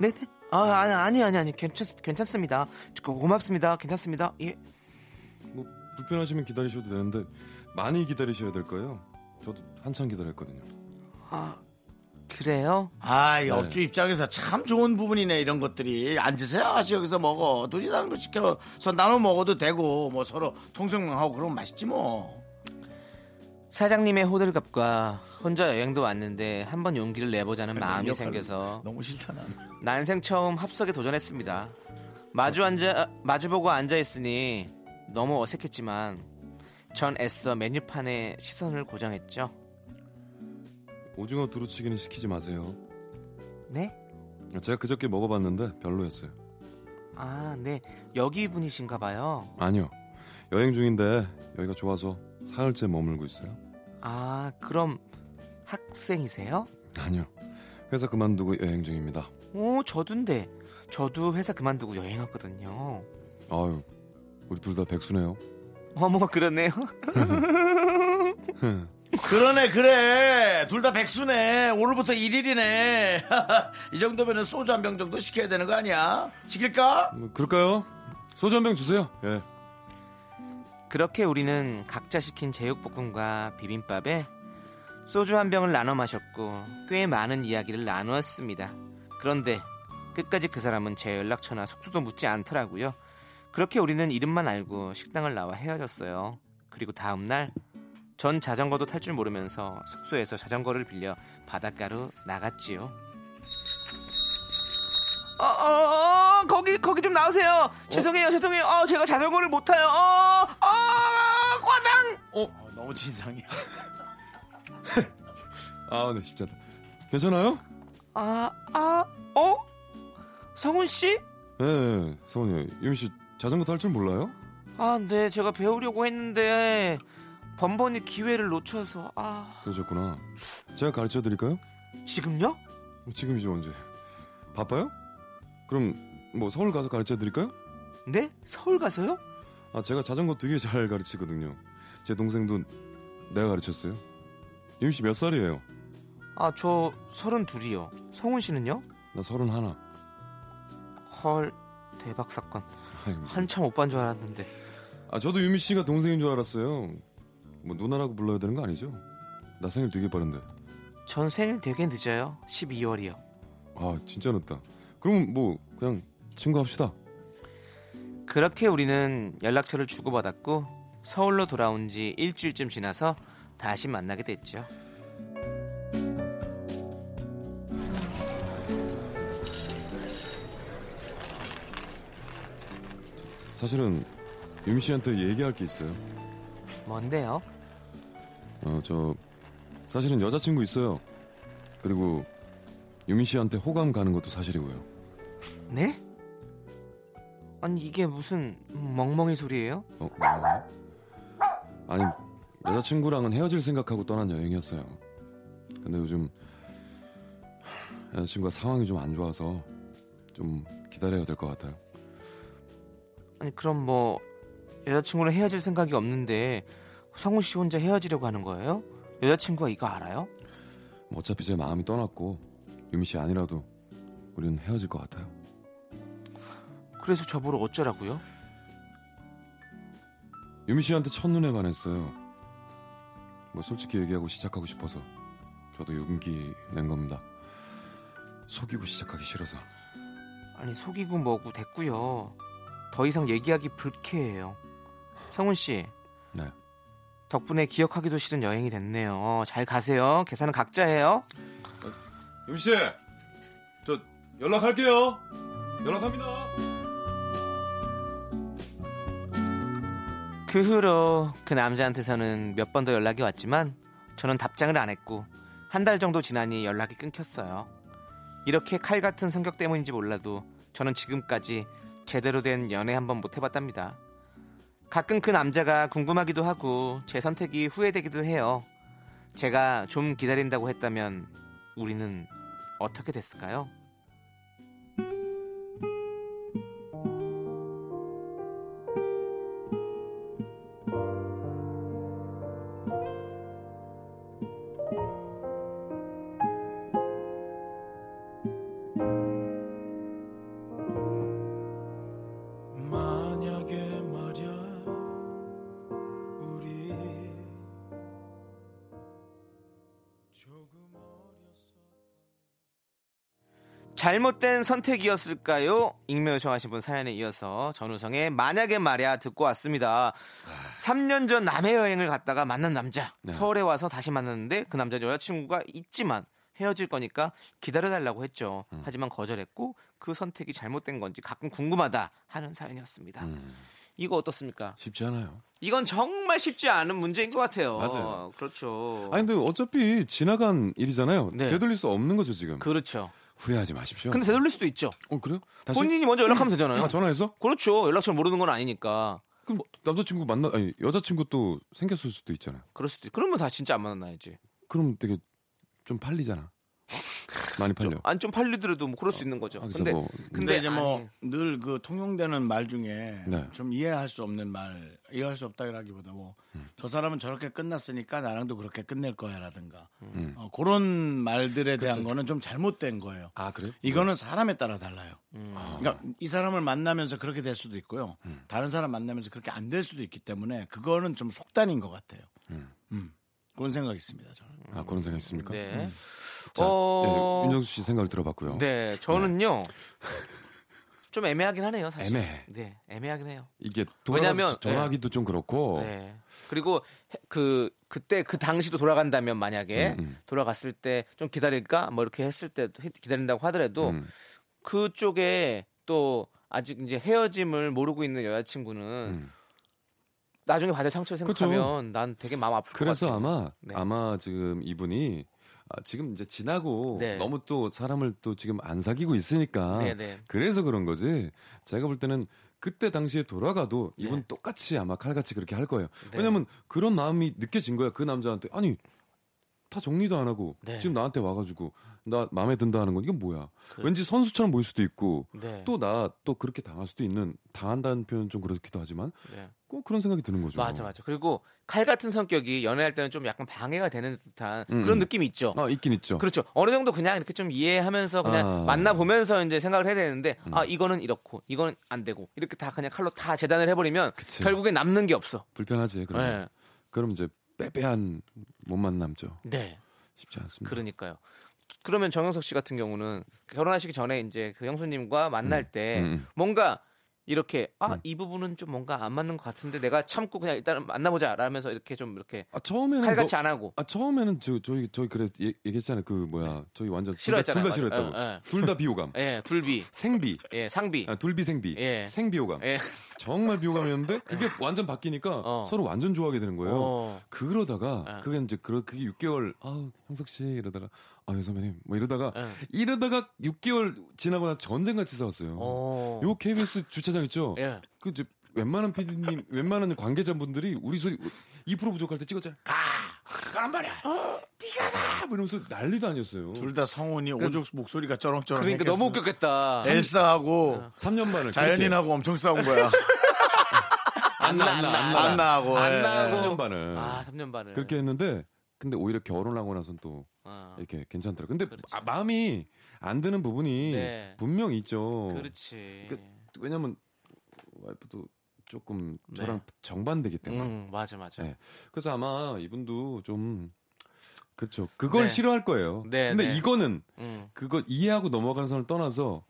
S3: 네네. 아, 아니, 아니, 아니, 아니. 괜찮, 괜찮습니다. 저 고맙습니다. 괜찮습니다. 예.
S5: 뭐 불편하시면 기다리셔도 되는데 많이 기다리셔야 될 거예요. 저도 한참 기다렸거든요.
S3: 아, 그래요?
S2: 아,
S3: 네.
S2: 이 업주 입장에서 참 좋은 부분이네 이런 것들이 앉으세요 아씨 여기서 먹어 둘이 다른 거 시켜서 나눠 먹어도 되고 뭐 서로 통성명하고 그러면 맛있지 뭐.
S3: 사장님의 호들갑과 혼자 여행도 왔는데 한번 용기를
S2: 네,
S3: 내보자는 마음이
S2: 역할을
S3: 생겨서
S2: 너무 싫다 나는.
S3: 난생 처음 합석에 도전했습니다. 마주 앉아 마주보고 앉아 있으니 너무 어색했지만 전 애써 메뉴판에 시선을 고정했죠.
S5: 오징어 두루치기는 시키지 마세요.
S3: 네?
S5: 제가 그저께 먹어봤는데 별로였어요.
S3: 아, 네. 여기 분이신가 봐요.
S5: 아니요. 여행 중인데 여기가 좋아서 사흘째 머물고 있어요.
S3: 아, 그럼 학생이세요?
S5: 아니요. 회사 그만두고 여행 중입니다.
S3: 오, 저도인데. 저도 회사 그만두고 여행 왔거든요.
S5: 아유, 우리 둘 다 백수네요.
S3: 어머, 그러네요.
S2: 그러네 그래 둘 다 백수네 오늘부터 1일이네 이 정도면 소주 한 병 정도 시켜야 되는 거 아니야 시킬까?
S5: 뭐, 그럴까요? 소주 한 병 주세요. 예.
S3: 그렇게 우리는 각자 시킨 제육볶음과 비빔밥에 소주 한 병을 나눠 마셨고 꽤 많은 이야기를 나누었습니다. 그런데 끝까지 그 사람은 제 연락처나 숙소도 묻지 않더라고요. 그렇게 우리는 이름만 알고 식당을 나와 헤어졌어요. 그리고 다음 날 전 자전거도 탈 줄 모르면서 숙소에서 자전거를 빌려 바닷가로 나갔지요. 어, 어, 어, 거기 거기 좀 나오세요. 죄송해요, 죄송해요. 어, 제가 자전거를 못 타요. 어, 어, 과장.
S2: 어,
S3: 뭐,
S2: 너무 진상이야
S5: 아, 네, 쉽지 않다. 괜찮아요?
S3: 아, 아, 어? 성훈 씨?
S5: 예, 예, 성훈이. 유미 씨 자전거 탈 줄 몰라요?
S3: 아, 네, 제가 배우려고 했는데 번번이 기회를 놓쳐서 아,
S5: 그러셨구나. 제가 가르쳐 드릴까요? 뭐,
S3: 지금요?
S5: 지금이죠, 언제? 바빠요? 그럼 뭐 서울 가서 가르쳐 드릴까요?
S3: 네? 서울 가서요?
S5: 아, 제가 자전거 되게 잘 가르치거든요. 제 동생도 내가 가르쳤어요. 유미 씨 몇 살이에요?
S3: 아, 저 서른 둘이요. 성훈 씨는요?
S5: 나 서른 하나.
S3: 헐, 대박 사건.
S5: 아이고.
S3: 한참 오빠인 줄 알았는데.
S5: 아 저도 유미 씨가 동생인 줄 알았어요. 뭐 누나라고 불러야 되는 거 아니죠? 나 생일 되게 빠른데.
S3: 전 생일 되게 늦어요. 12월이요.
S5: 아 진짜 늦다. 그럼 뭐 그냥 친구 합시다.
S3: 그렇게 우리는 연락처를 주고받았고 서울로 돌아온 지 일주일쯤 지나서 다시 만나게 됐죠.
S5: 사실은 유미 씨한테 얘기할 게 있어요.
S3: 뭔데요?
S5: 어 저 사실은 여자친구 있어요. 그리고 유미 씨한테 호감 가는 것도 사실이고요.
S3: 네? 아니 이게 무슨 멍멍이 소리예요?
S5: 어 뭐야? 아니 여자친구랑은 헤어질 생각하고 떠난 여행이었어요. 근데 요즘 여자친구가 상황이 좀 안 좋아서 좀 기다려야 될 것 같아요.
S3: 아니 그럼 뭐 여자친구랑 헤어질 생각이 없는데 성우 씨 혼자 헤어지려고 하는 거예요? 여자친구가 이거 알아요?
S5: 뭐 어차피 제 마음이 떠났고 유미 씨 아니라도 우리는 헤어질 것 같아요.
S3: 그래서 저보러 어쩌라고요?
S5: 유미 씨한테 첫눈에 반했어요. 뭐 솔직히 얘기하고 시작하고 싶어서 저도 용기 낸 겁니다. 속이고 시작하기 싫어서
S3: 아니 속이고 뭐고 됐고요. 더 이상 얘기하기 불쾌해요. 성훈 씨
S5: 네
S3: 덕분에 기억하기도 싫은 여행이 됐네요. 잘 가세요. 계산은 각자 해요.
S5: 유미 씨, 저 연락할게요. 연락합니다.
S3: 그 후로 그 남자한테서는 몇 번 더 연락이 왔지만 저는 답장을 안 했고 한 달 정도 지나니 연락이 끊겼어요. 이렇게 칼 같은 성격 때문인지 몰라도 저는 지금까지 제대로 된 연애 한 번 못 해봤답니다. 가끔 그 남자가 궁금하기도 하고 제 선택이 후회되기도 해요. 제가 좀 기다린다고 했다면 우리는 어떻게 됐을까요?
S6: 만약에 말야 우리 조금 어렸어
S3: 잘못된 선택이었을까요? 익명 요청하신 분 사연에 이어서 전우성의 만약에 말야 듣고 왔습니다. 3년 전 남해 여행을 갔다가 만난 남자.
S5: 네.
S3: 서울에 와서 다시 만났는데 그 남자 여자친구가 있지만 헤어질 거니까 기다려달라고 했죠.
S5: 음.
S3: 하지만 거절했고 그 선택이 잘못된 건지 가끔 궁금하다 하는 사연이었습니다.
S5: 음.
S3: 이거 어떻습니까?
S5: 쉽지 않아요.
S3: 이건 정말 쉽지 않은 문제인 것 같아요.
S5: 맞아요.
S3: 그렇죠.
S5: 아니 근데 어차피 지나간 일이잖아요.
S3: 네.
S5: 되돌릴 수 없는 거죠 지금.
S3: 그렇죠.
S5: 후회하지 마십시오.
S3: 근데 되돌릴 수도 있죠.
S5: 어 그래요? 다시
S3: 본인이 먼저 연락하면 되잖아요.
S5: 아, 전화해서
S3: 그렇죠. 연락처를 모르는 건 아니니까.
S5: 그럼 남자친구 만나 아니 여자친구 또 생겼을 수도 있잖아요.
S3: 그럴 수도 있- 그러면 다 진짜 안 만나야지.
S5: 그럼 되게 좀 팔리잖아. 많이 팔려.
S3: 안 좀 팔리더라도 뭐 그럴 수 있는 거죠.
S5: 아, 그래서
S3: 근데
S5: 뭐-
S2: 근데,
S3: 근데
S2: 이제 뭐 늘 그 통용되는 말 중에
S5: 네.
S2: 좀 이해할 수 없는 말 이해할 수 없다기보다 뭐 저 사람은 저렇게 끝났으니까 나랑도 그렇게 끝낼 거야라든가 어, 그런 말들에 대한 거는 좀 잘못된 거예요.
S5: 아 그래요?
S2: 이거는 사람에 따라 달라요.
S3: 음.
S2: 그러니까 이 사람을 만나면서 그렇게 될 수도 있고요. 다른 사람 만나면서 그렇게 안 될 수도 있기 때문에 그거는 좀 속단인 것 같아요. 음. 그런 생각이 있습니다. 저는.
S3: 음.
S5: 아 그런 생각 있습니까?
S3: 네.
S5: 자,
S3: 어...
S5: 네, 윤정수 씨 생각을 들어봤고요.
S3: 네, 저는요. 좀 애매하긴 하네요, 사실.
S5: 애매해.
S3: 네, 애매하긴 해요.
S5: 이게
S3: 왜냐면-
S5: 돌아가서 전화하기도 좀 그렇고
S3: 네. 그리고 해- 그 그때 그 당시도 돌아간다면 만약에
S5: 음,
S3: 돌아갔을 때 좀 기다릴까 뭐 이렇게 했을 때 기다린다고 하더라도
S5: 음.
S3: 그쪽에 또 아직 이제 헤어짐을 모르고 있는 여자친구는
S5: 음.
S3: 나중에 받을 상처 생각하면 난 되게 마음 아플 것
S5: 그래서
S3: 같아요.
S5: 아마
S3: 네.
S5: 아마 지금 이분이 아, 지금 이제 지나고
S3: 네.
S5: 너무 또 사람을 또 지금 안 사귀고 있으니까
S3: 네네.
S5: 그래서 그런 거지. 제가 볼 때는 그때 당시에 돌아가도 이분
S3: 네.
S5: 똑같이 아마 칼같이 그렇게 할 거예요.
S3: 네.
S5: 왜냐면 그런 마음이 느껴진 거야. 그 남자한테 아니 다 정리도 안 하고
S3: 네.
S5: 지금 나한테 와가지고 나 마음에 든다 하는 건 이건 뭐야?
S3: 그래.
S5: 왠지 선수처럼 보일 수도 있고
S3: 네.
S5: 또 나 또 그렇게 당할 수도 있는 당한다는 표현 좀 그렇기도 하지만
S3: 네.
S5: 꼭 그런 생각이 드는 거죠.
S3: 맞아 맞아. 그리고 칼 같은 성격이 연애할 때는 좀 약간 방해가 되는 듯한
S5: 음,
S3: 그런
S5: 음.
S3: 느낌이 있죠.
S5: 아 있긴 있죠.
S3: 그렇죠. 어느 정도 그냥 이렇게 좀 이해하면서 그냥
S5: 아. 음.
S3: 만나보면서 이제 생각을 해야 되는데, 아, 이거는 이렇고, 이거는 안 되고, 이렇게 다 그냥 칼로 다 재단을 해버리면
S5: 그치.
S3: 결국에 남는 게 없어.
S5: 불편하지 그러면.
S3: 네.
S5: 그럼 이제 빼빼한 못만 남죠.
S3: 네.
S5: 쉽지 않습니다.
S3: 그러니까요. 그러면 정영석 씨 같은 경우는 결혼하시기 전에 이제 그 형수님과 만날 때
S5: 음, 음.
S3: 뭔가 이렇게 아,
S5: 네.
S3: 이 부분은 좀 뭔가 안 맞는 것 같은데 내가 참고 그냥 일단 만나보자 라면서 이렇게 좀 이렇게
S5: 아 처음에는
S3: 칼같이
S5: 너-
S3: 안 하고
S5: 아 처음에는 저 저희 저희 그래 얘- 얘기했잖아요. 그 뭐야 저희 완전
S3: 네. 싫어했잖아요.
S5: 둘다 싫어했다고.
S3: 맞아. 어, 어.
S5: 둘 다 비호감.
S3: 예, 둘비.
S5: 생비.
S3: 예, 상비.
S5: 아, 둘비 생비.
S3: 예.
S5: 생비호감.
S3: 예. 아.
S5: 정말 비호감이었는데 그게 완전 바뀌니까
S3: 어.
S5: 서로 완전 좋아하게 되는 거예요.
S3: 어.
S5: 그러다가
S3: 어.
S5: 그게 이제 그러 그게 6개월 아우 형석 씨 이러다가 아유 선배님 뭐 이러다가
S3: 어.
S5: 이러다가 6개월 지나고 나 전쟁 같이 싸웠어요.
S3: 어.
S5: 요 KBS 주차장 있죠?
S3: 예.
S5: 그 이제 웬만한 PD님, 웬만한 관계자분들이 우리 소리 2% 부족할 때 찍었잖아요. 가! 가란 말이야!
S3: 아.
S5: 니가 가! 뭐 이러면서 난리도 아니었어요.
S2: 둘 다 성훈이 오죽 목소리가 쩌렁쩌렁.
S3: 그 그러니까 아. 너무
S2: 했겠어요.
S3: 웃겼겠다.
S2: 엘사하고
S5: 3년 만을.
S2: 자연인하고 엄청 싸운 거야.
S3: 안나 안나 예.
S2: 안 나하고.
S3: 안
S5: 그렇게
S3: 나하고.
S5: 3년 반을.
S3: 아, 3년 반을.
S5: 네. 그렇게 했는데, 근데 오히려 결혼하고 나선 또
S3: 아,
S5: 이렇게 괜찮더라고요. 근데
S3: 그렇지.
S5: 아, 마음이 안 드는 부분이
S3: 네.
S5: 분명히 있죠.
S3: 그렇지. 음,
S5: 그- 왜냐면 와이프도 조금
S3: 네. 음.
S5: 저랑 정반대기 때문에.
S3: 응, 맞아 맞아.
S5: 네. 그래서 아마 이분도 좀 그렇죠. 그걸
S3: 네.
S5: 싫어할 거예요.
S3: 네,
S5: 근데
S3: 네.
S5: 이거는
S3: 응.
S5: 그거 이해하고 넘어가는 선을 떠나서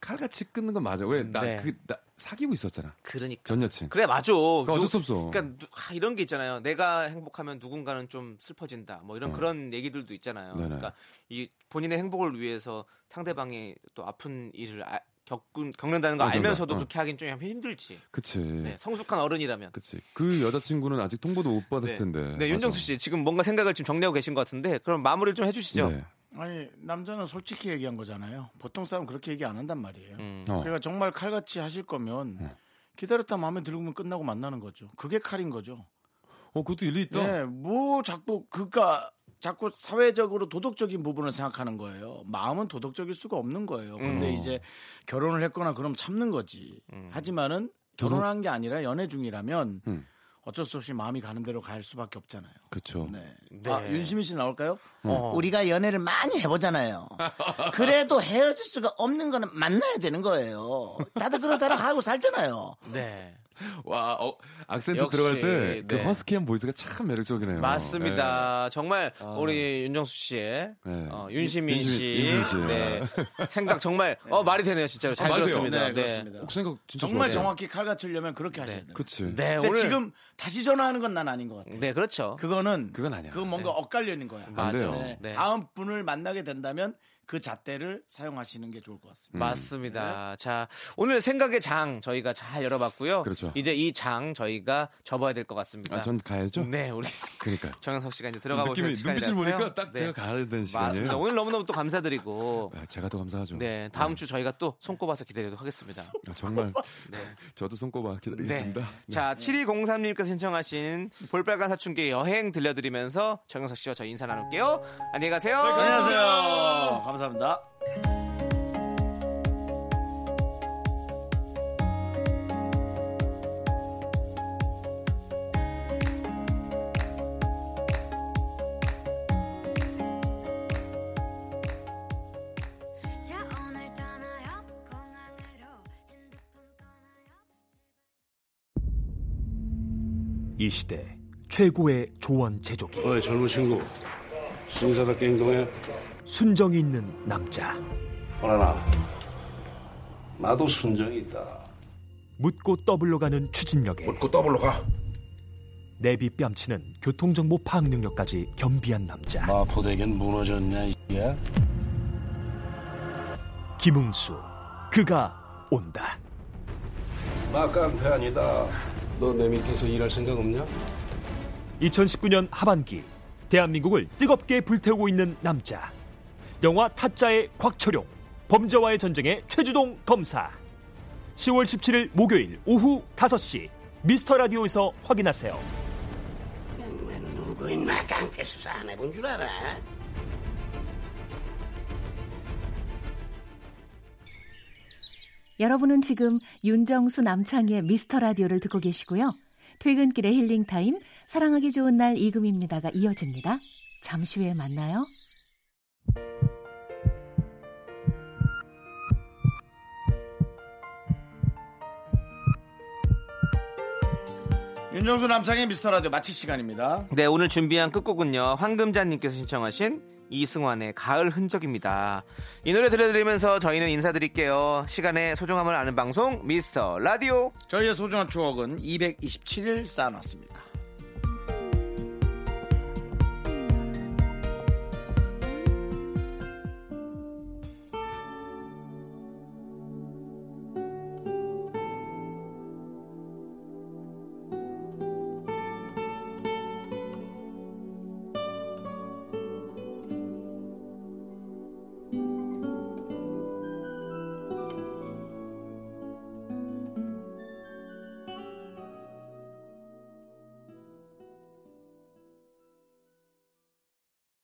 S5: 칼같이 끊는 건 맞아. 왜 나 그
S3: 네.
S5: 나 사귀고 있었잖아.
S3: 그러니까.
S5: 전 여친.
S3: 그래 맞아.
S5: 그거 어쩔 수 없어.
S3: 그러니까 누- 아, 이런 게 있잖아요. 내가 행복하면 누군가는 좀 슬퍼진다. 뭐 이런
S5: 어.
S3: 그런 얘기들도 있잖아요.
S5: 네네.
S3: 그러니까 이 본인의 행복을 위해서 상대방이 또 아픈 일을 아- 겪은 겪는다는 걸
S5: 맞아, 맞아.
S3: 알면서도
S5: 어. 예.
S3: 그렇게 하긴 좀 힘들지.
S5: 그치.
S3: 네, 성숙한 어른이라면.
S5: 그치. 그 여자친구는 아직 통보도 못 받을
S3: 네.
S5: 텐데.
S3: 네,
S5: 맞아.
S3: 윤정수 씨 지금 뭔가 생각을 지금 정리하고 계신 것 같은데 그럼 마무리를 좀 해주시죠.
S5: 네.
S2: 아니 남자는 솔직히 얘기한 거잖아요. 보통 사람 그렇게 얘기 안 한단 말이에요.
S3: 음.
S5: 어.
S2: 그러니까 정말 칼같이 하실 거면 기다렸다 마음에 들면 끝나고 만나는 거죠. 그게 칼인 거죠.
S5: 어, 그것도 일리 있다.
S2: 네, 뭐 자꾸 그가 자꾸 사회적으로 도덕적인 부분을 생각하는 거예요. 마음은 도덕적일 수가 없는 거예요. 근데
S3: 음.
S2: 이제 결혼을 했거나 그럼 참는 거지.
S3: 음.
S2: 하지만은 결혼한 게 아니라 연애 중이라면
S5: 음.
S2: 어쩔 수 없이 마음이 가는 대로 갈 수밖에 없잖아요.
S5: 그쵸.
S2: 네.
S3: 네.
S2: 아, 윤시민 씨 나올까요?
S3: 어.
S2: 우리가 연애를 많이 해보잖아요. 그래도 헤어질 수가 없는 거는 만나야 되는 거예요. 다들 그런 사람 하고 살잖아요.
S3: 네.
S5: 와, 어, 악센트
S3: 역시,
S5: 들어갈 때 그
S3: 네.
S5: 허스키한 보이스가 참 매력적이네요.
S3: 맞습니다. 정말
S5: 어, 아.
S3: 우리 윤정수 씨의
S5: 네.
S3: 어, 윤시민
S5: 윤시민-
S3: 씨,
S5: 윤시민 씨.
S3: 네. 생각 정말 어 말이 되네요 진짜로 잘
S5: 아, 말이 돼요.
S3: 들었습니다.
S2: 네, 그렇습니다.
S5: 옥 생각 진짜
S2: 정말
S5: 좋았어요.
S2: 정확히 칼 같으려면 그렇게 하셔야 돼요.
S5: 그치.
S3: 네,
S2: 근데
S3: 오늘
S2: 지금 다시 전화하는 건 난 아닌 것 같아요.
S3: 네 그렇죠.
S2: 그거는
S5: 그건 아니야.
S2: 그건 뭔가 엇갈리는 거야.
S3: 맞아요.
S2: 네.
S3: 네.
S2: 다음 분을 만나게 된다면 그 잣대를 사용하시는 게 좋을 것
S5: 음.
S2: 같습니다.
S3: 맞습니다. 자, 오늘 생각의 장 저희가 잘 열어봤고요.
S5: 네. 그렇죠.
S3: 이제 이 장 저희가 접어야 될 것 같습니다.
S5: 아, 전 가야죠.
S3: 네, 우리
S5: 그러니까.
S3: 정현석 씨가 이제 들어가 보시는
S5: 느낌이 눈빛을 보니까 딱 제가 가야 되는
S3: 맞습니다.
S5: 시간이에요.
S3: 오늘 너무너무 또 감사드리고
S5: 아, 제가 더 감사하죠.
S3: 네, 다음 주 저희가 또 손꼽아서 기다리도록 하겠습니다.
S5: 아, 정말
S3: 네.
S5: 저도 손꼽아
S3: 네.
S5: 기다리겠습니다. 네.
S3: 자, 7203님께서 신청하신 볼빨간 사춘기 여행 들려드리면서 정영석 씨와 저희 인사 나눌게요. 네, 안녕히 가세요.
S2: 안녕하세요. 감사합니다.
S4: 자 오늘 떠나요 공항으로 핸드폰 꺼나요
S11: 이 시대 최고의 조언 제조기
S1: 어이 젊은 친구 신사답게 행동해
S11: 순정이 있는 남자
S1: 보라나 나도 순정이 있다
S11: 묻고 떠블로 가는 추진력에
S1: 묻고 더블로 가
S11: 내비 뺨치는 교통정보 파악 능력까지 겸비한 남자
S1: 아, 마포대교는 무너졌냐 이야
S11: 김웅수 그가 온다
S1: 나 깡패 아니다 너 내 밑에서 일할 생각 없냐?
S11: 2019년 하반기 대한민국을 뜨겁게 불태우고 있는 남자 영화 타짜의 곽철용 범죄와의 전쟁의 최주동 검사 10월 17일 목요일 오후 5시 미스터 라디오에서 확인하세요
S6: 누구 인마 깡패 수사 안 해본 줄 알아?
S12: 여러분은 지금 윤정수 남창희의 미스터 라디오를 듣고 계시고요. 퇴근길의 힐링 타임, 사랑하기 좋은 날 이금입니다가 이어집니다. 잠시 후에 만나요.
S2: 윤정수 남창의 미스터 라디오 마칠 시간입니다.
S3: 네, 오늘 준비한 끝곡은요. 황금자님께서 신청하신 이승환의 가을 흔적입니다. 이 노래 들려드리면서 저희는 인사드릴게요. 시간의 소중함을 아는 방송 미스터 라디오.
S2: 저희의 소중한 추억은 227일 쌓아놨습니다.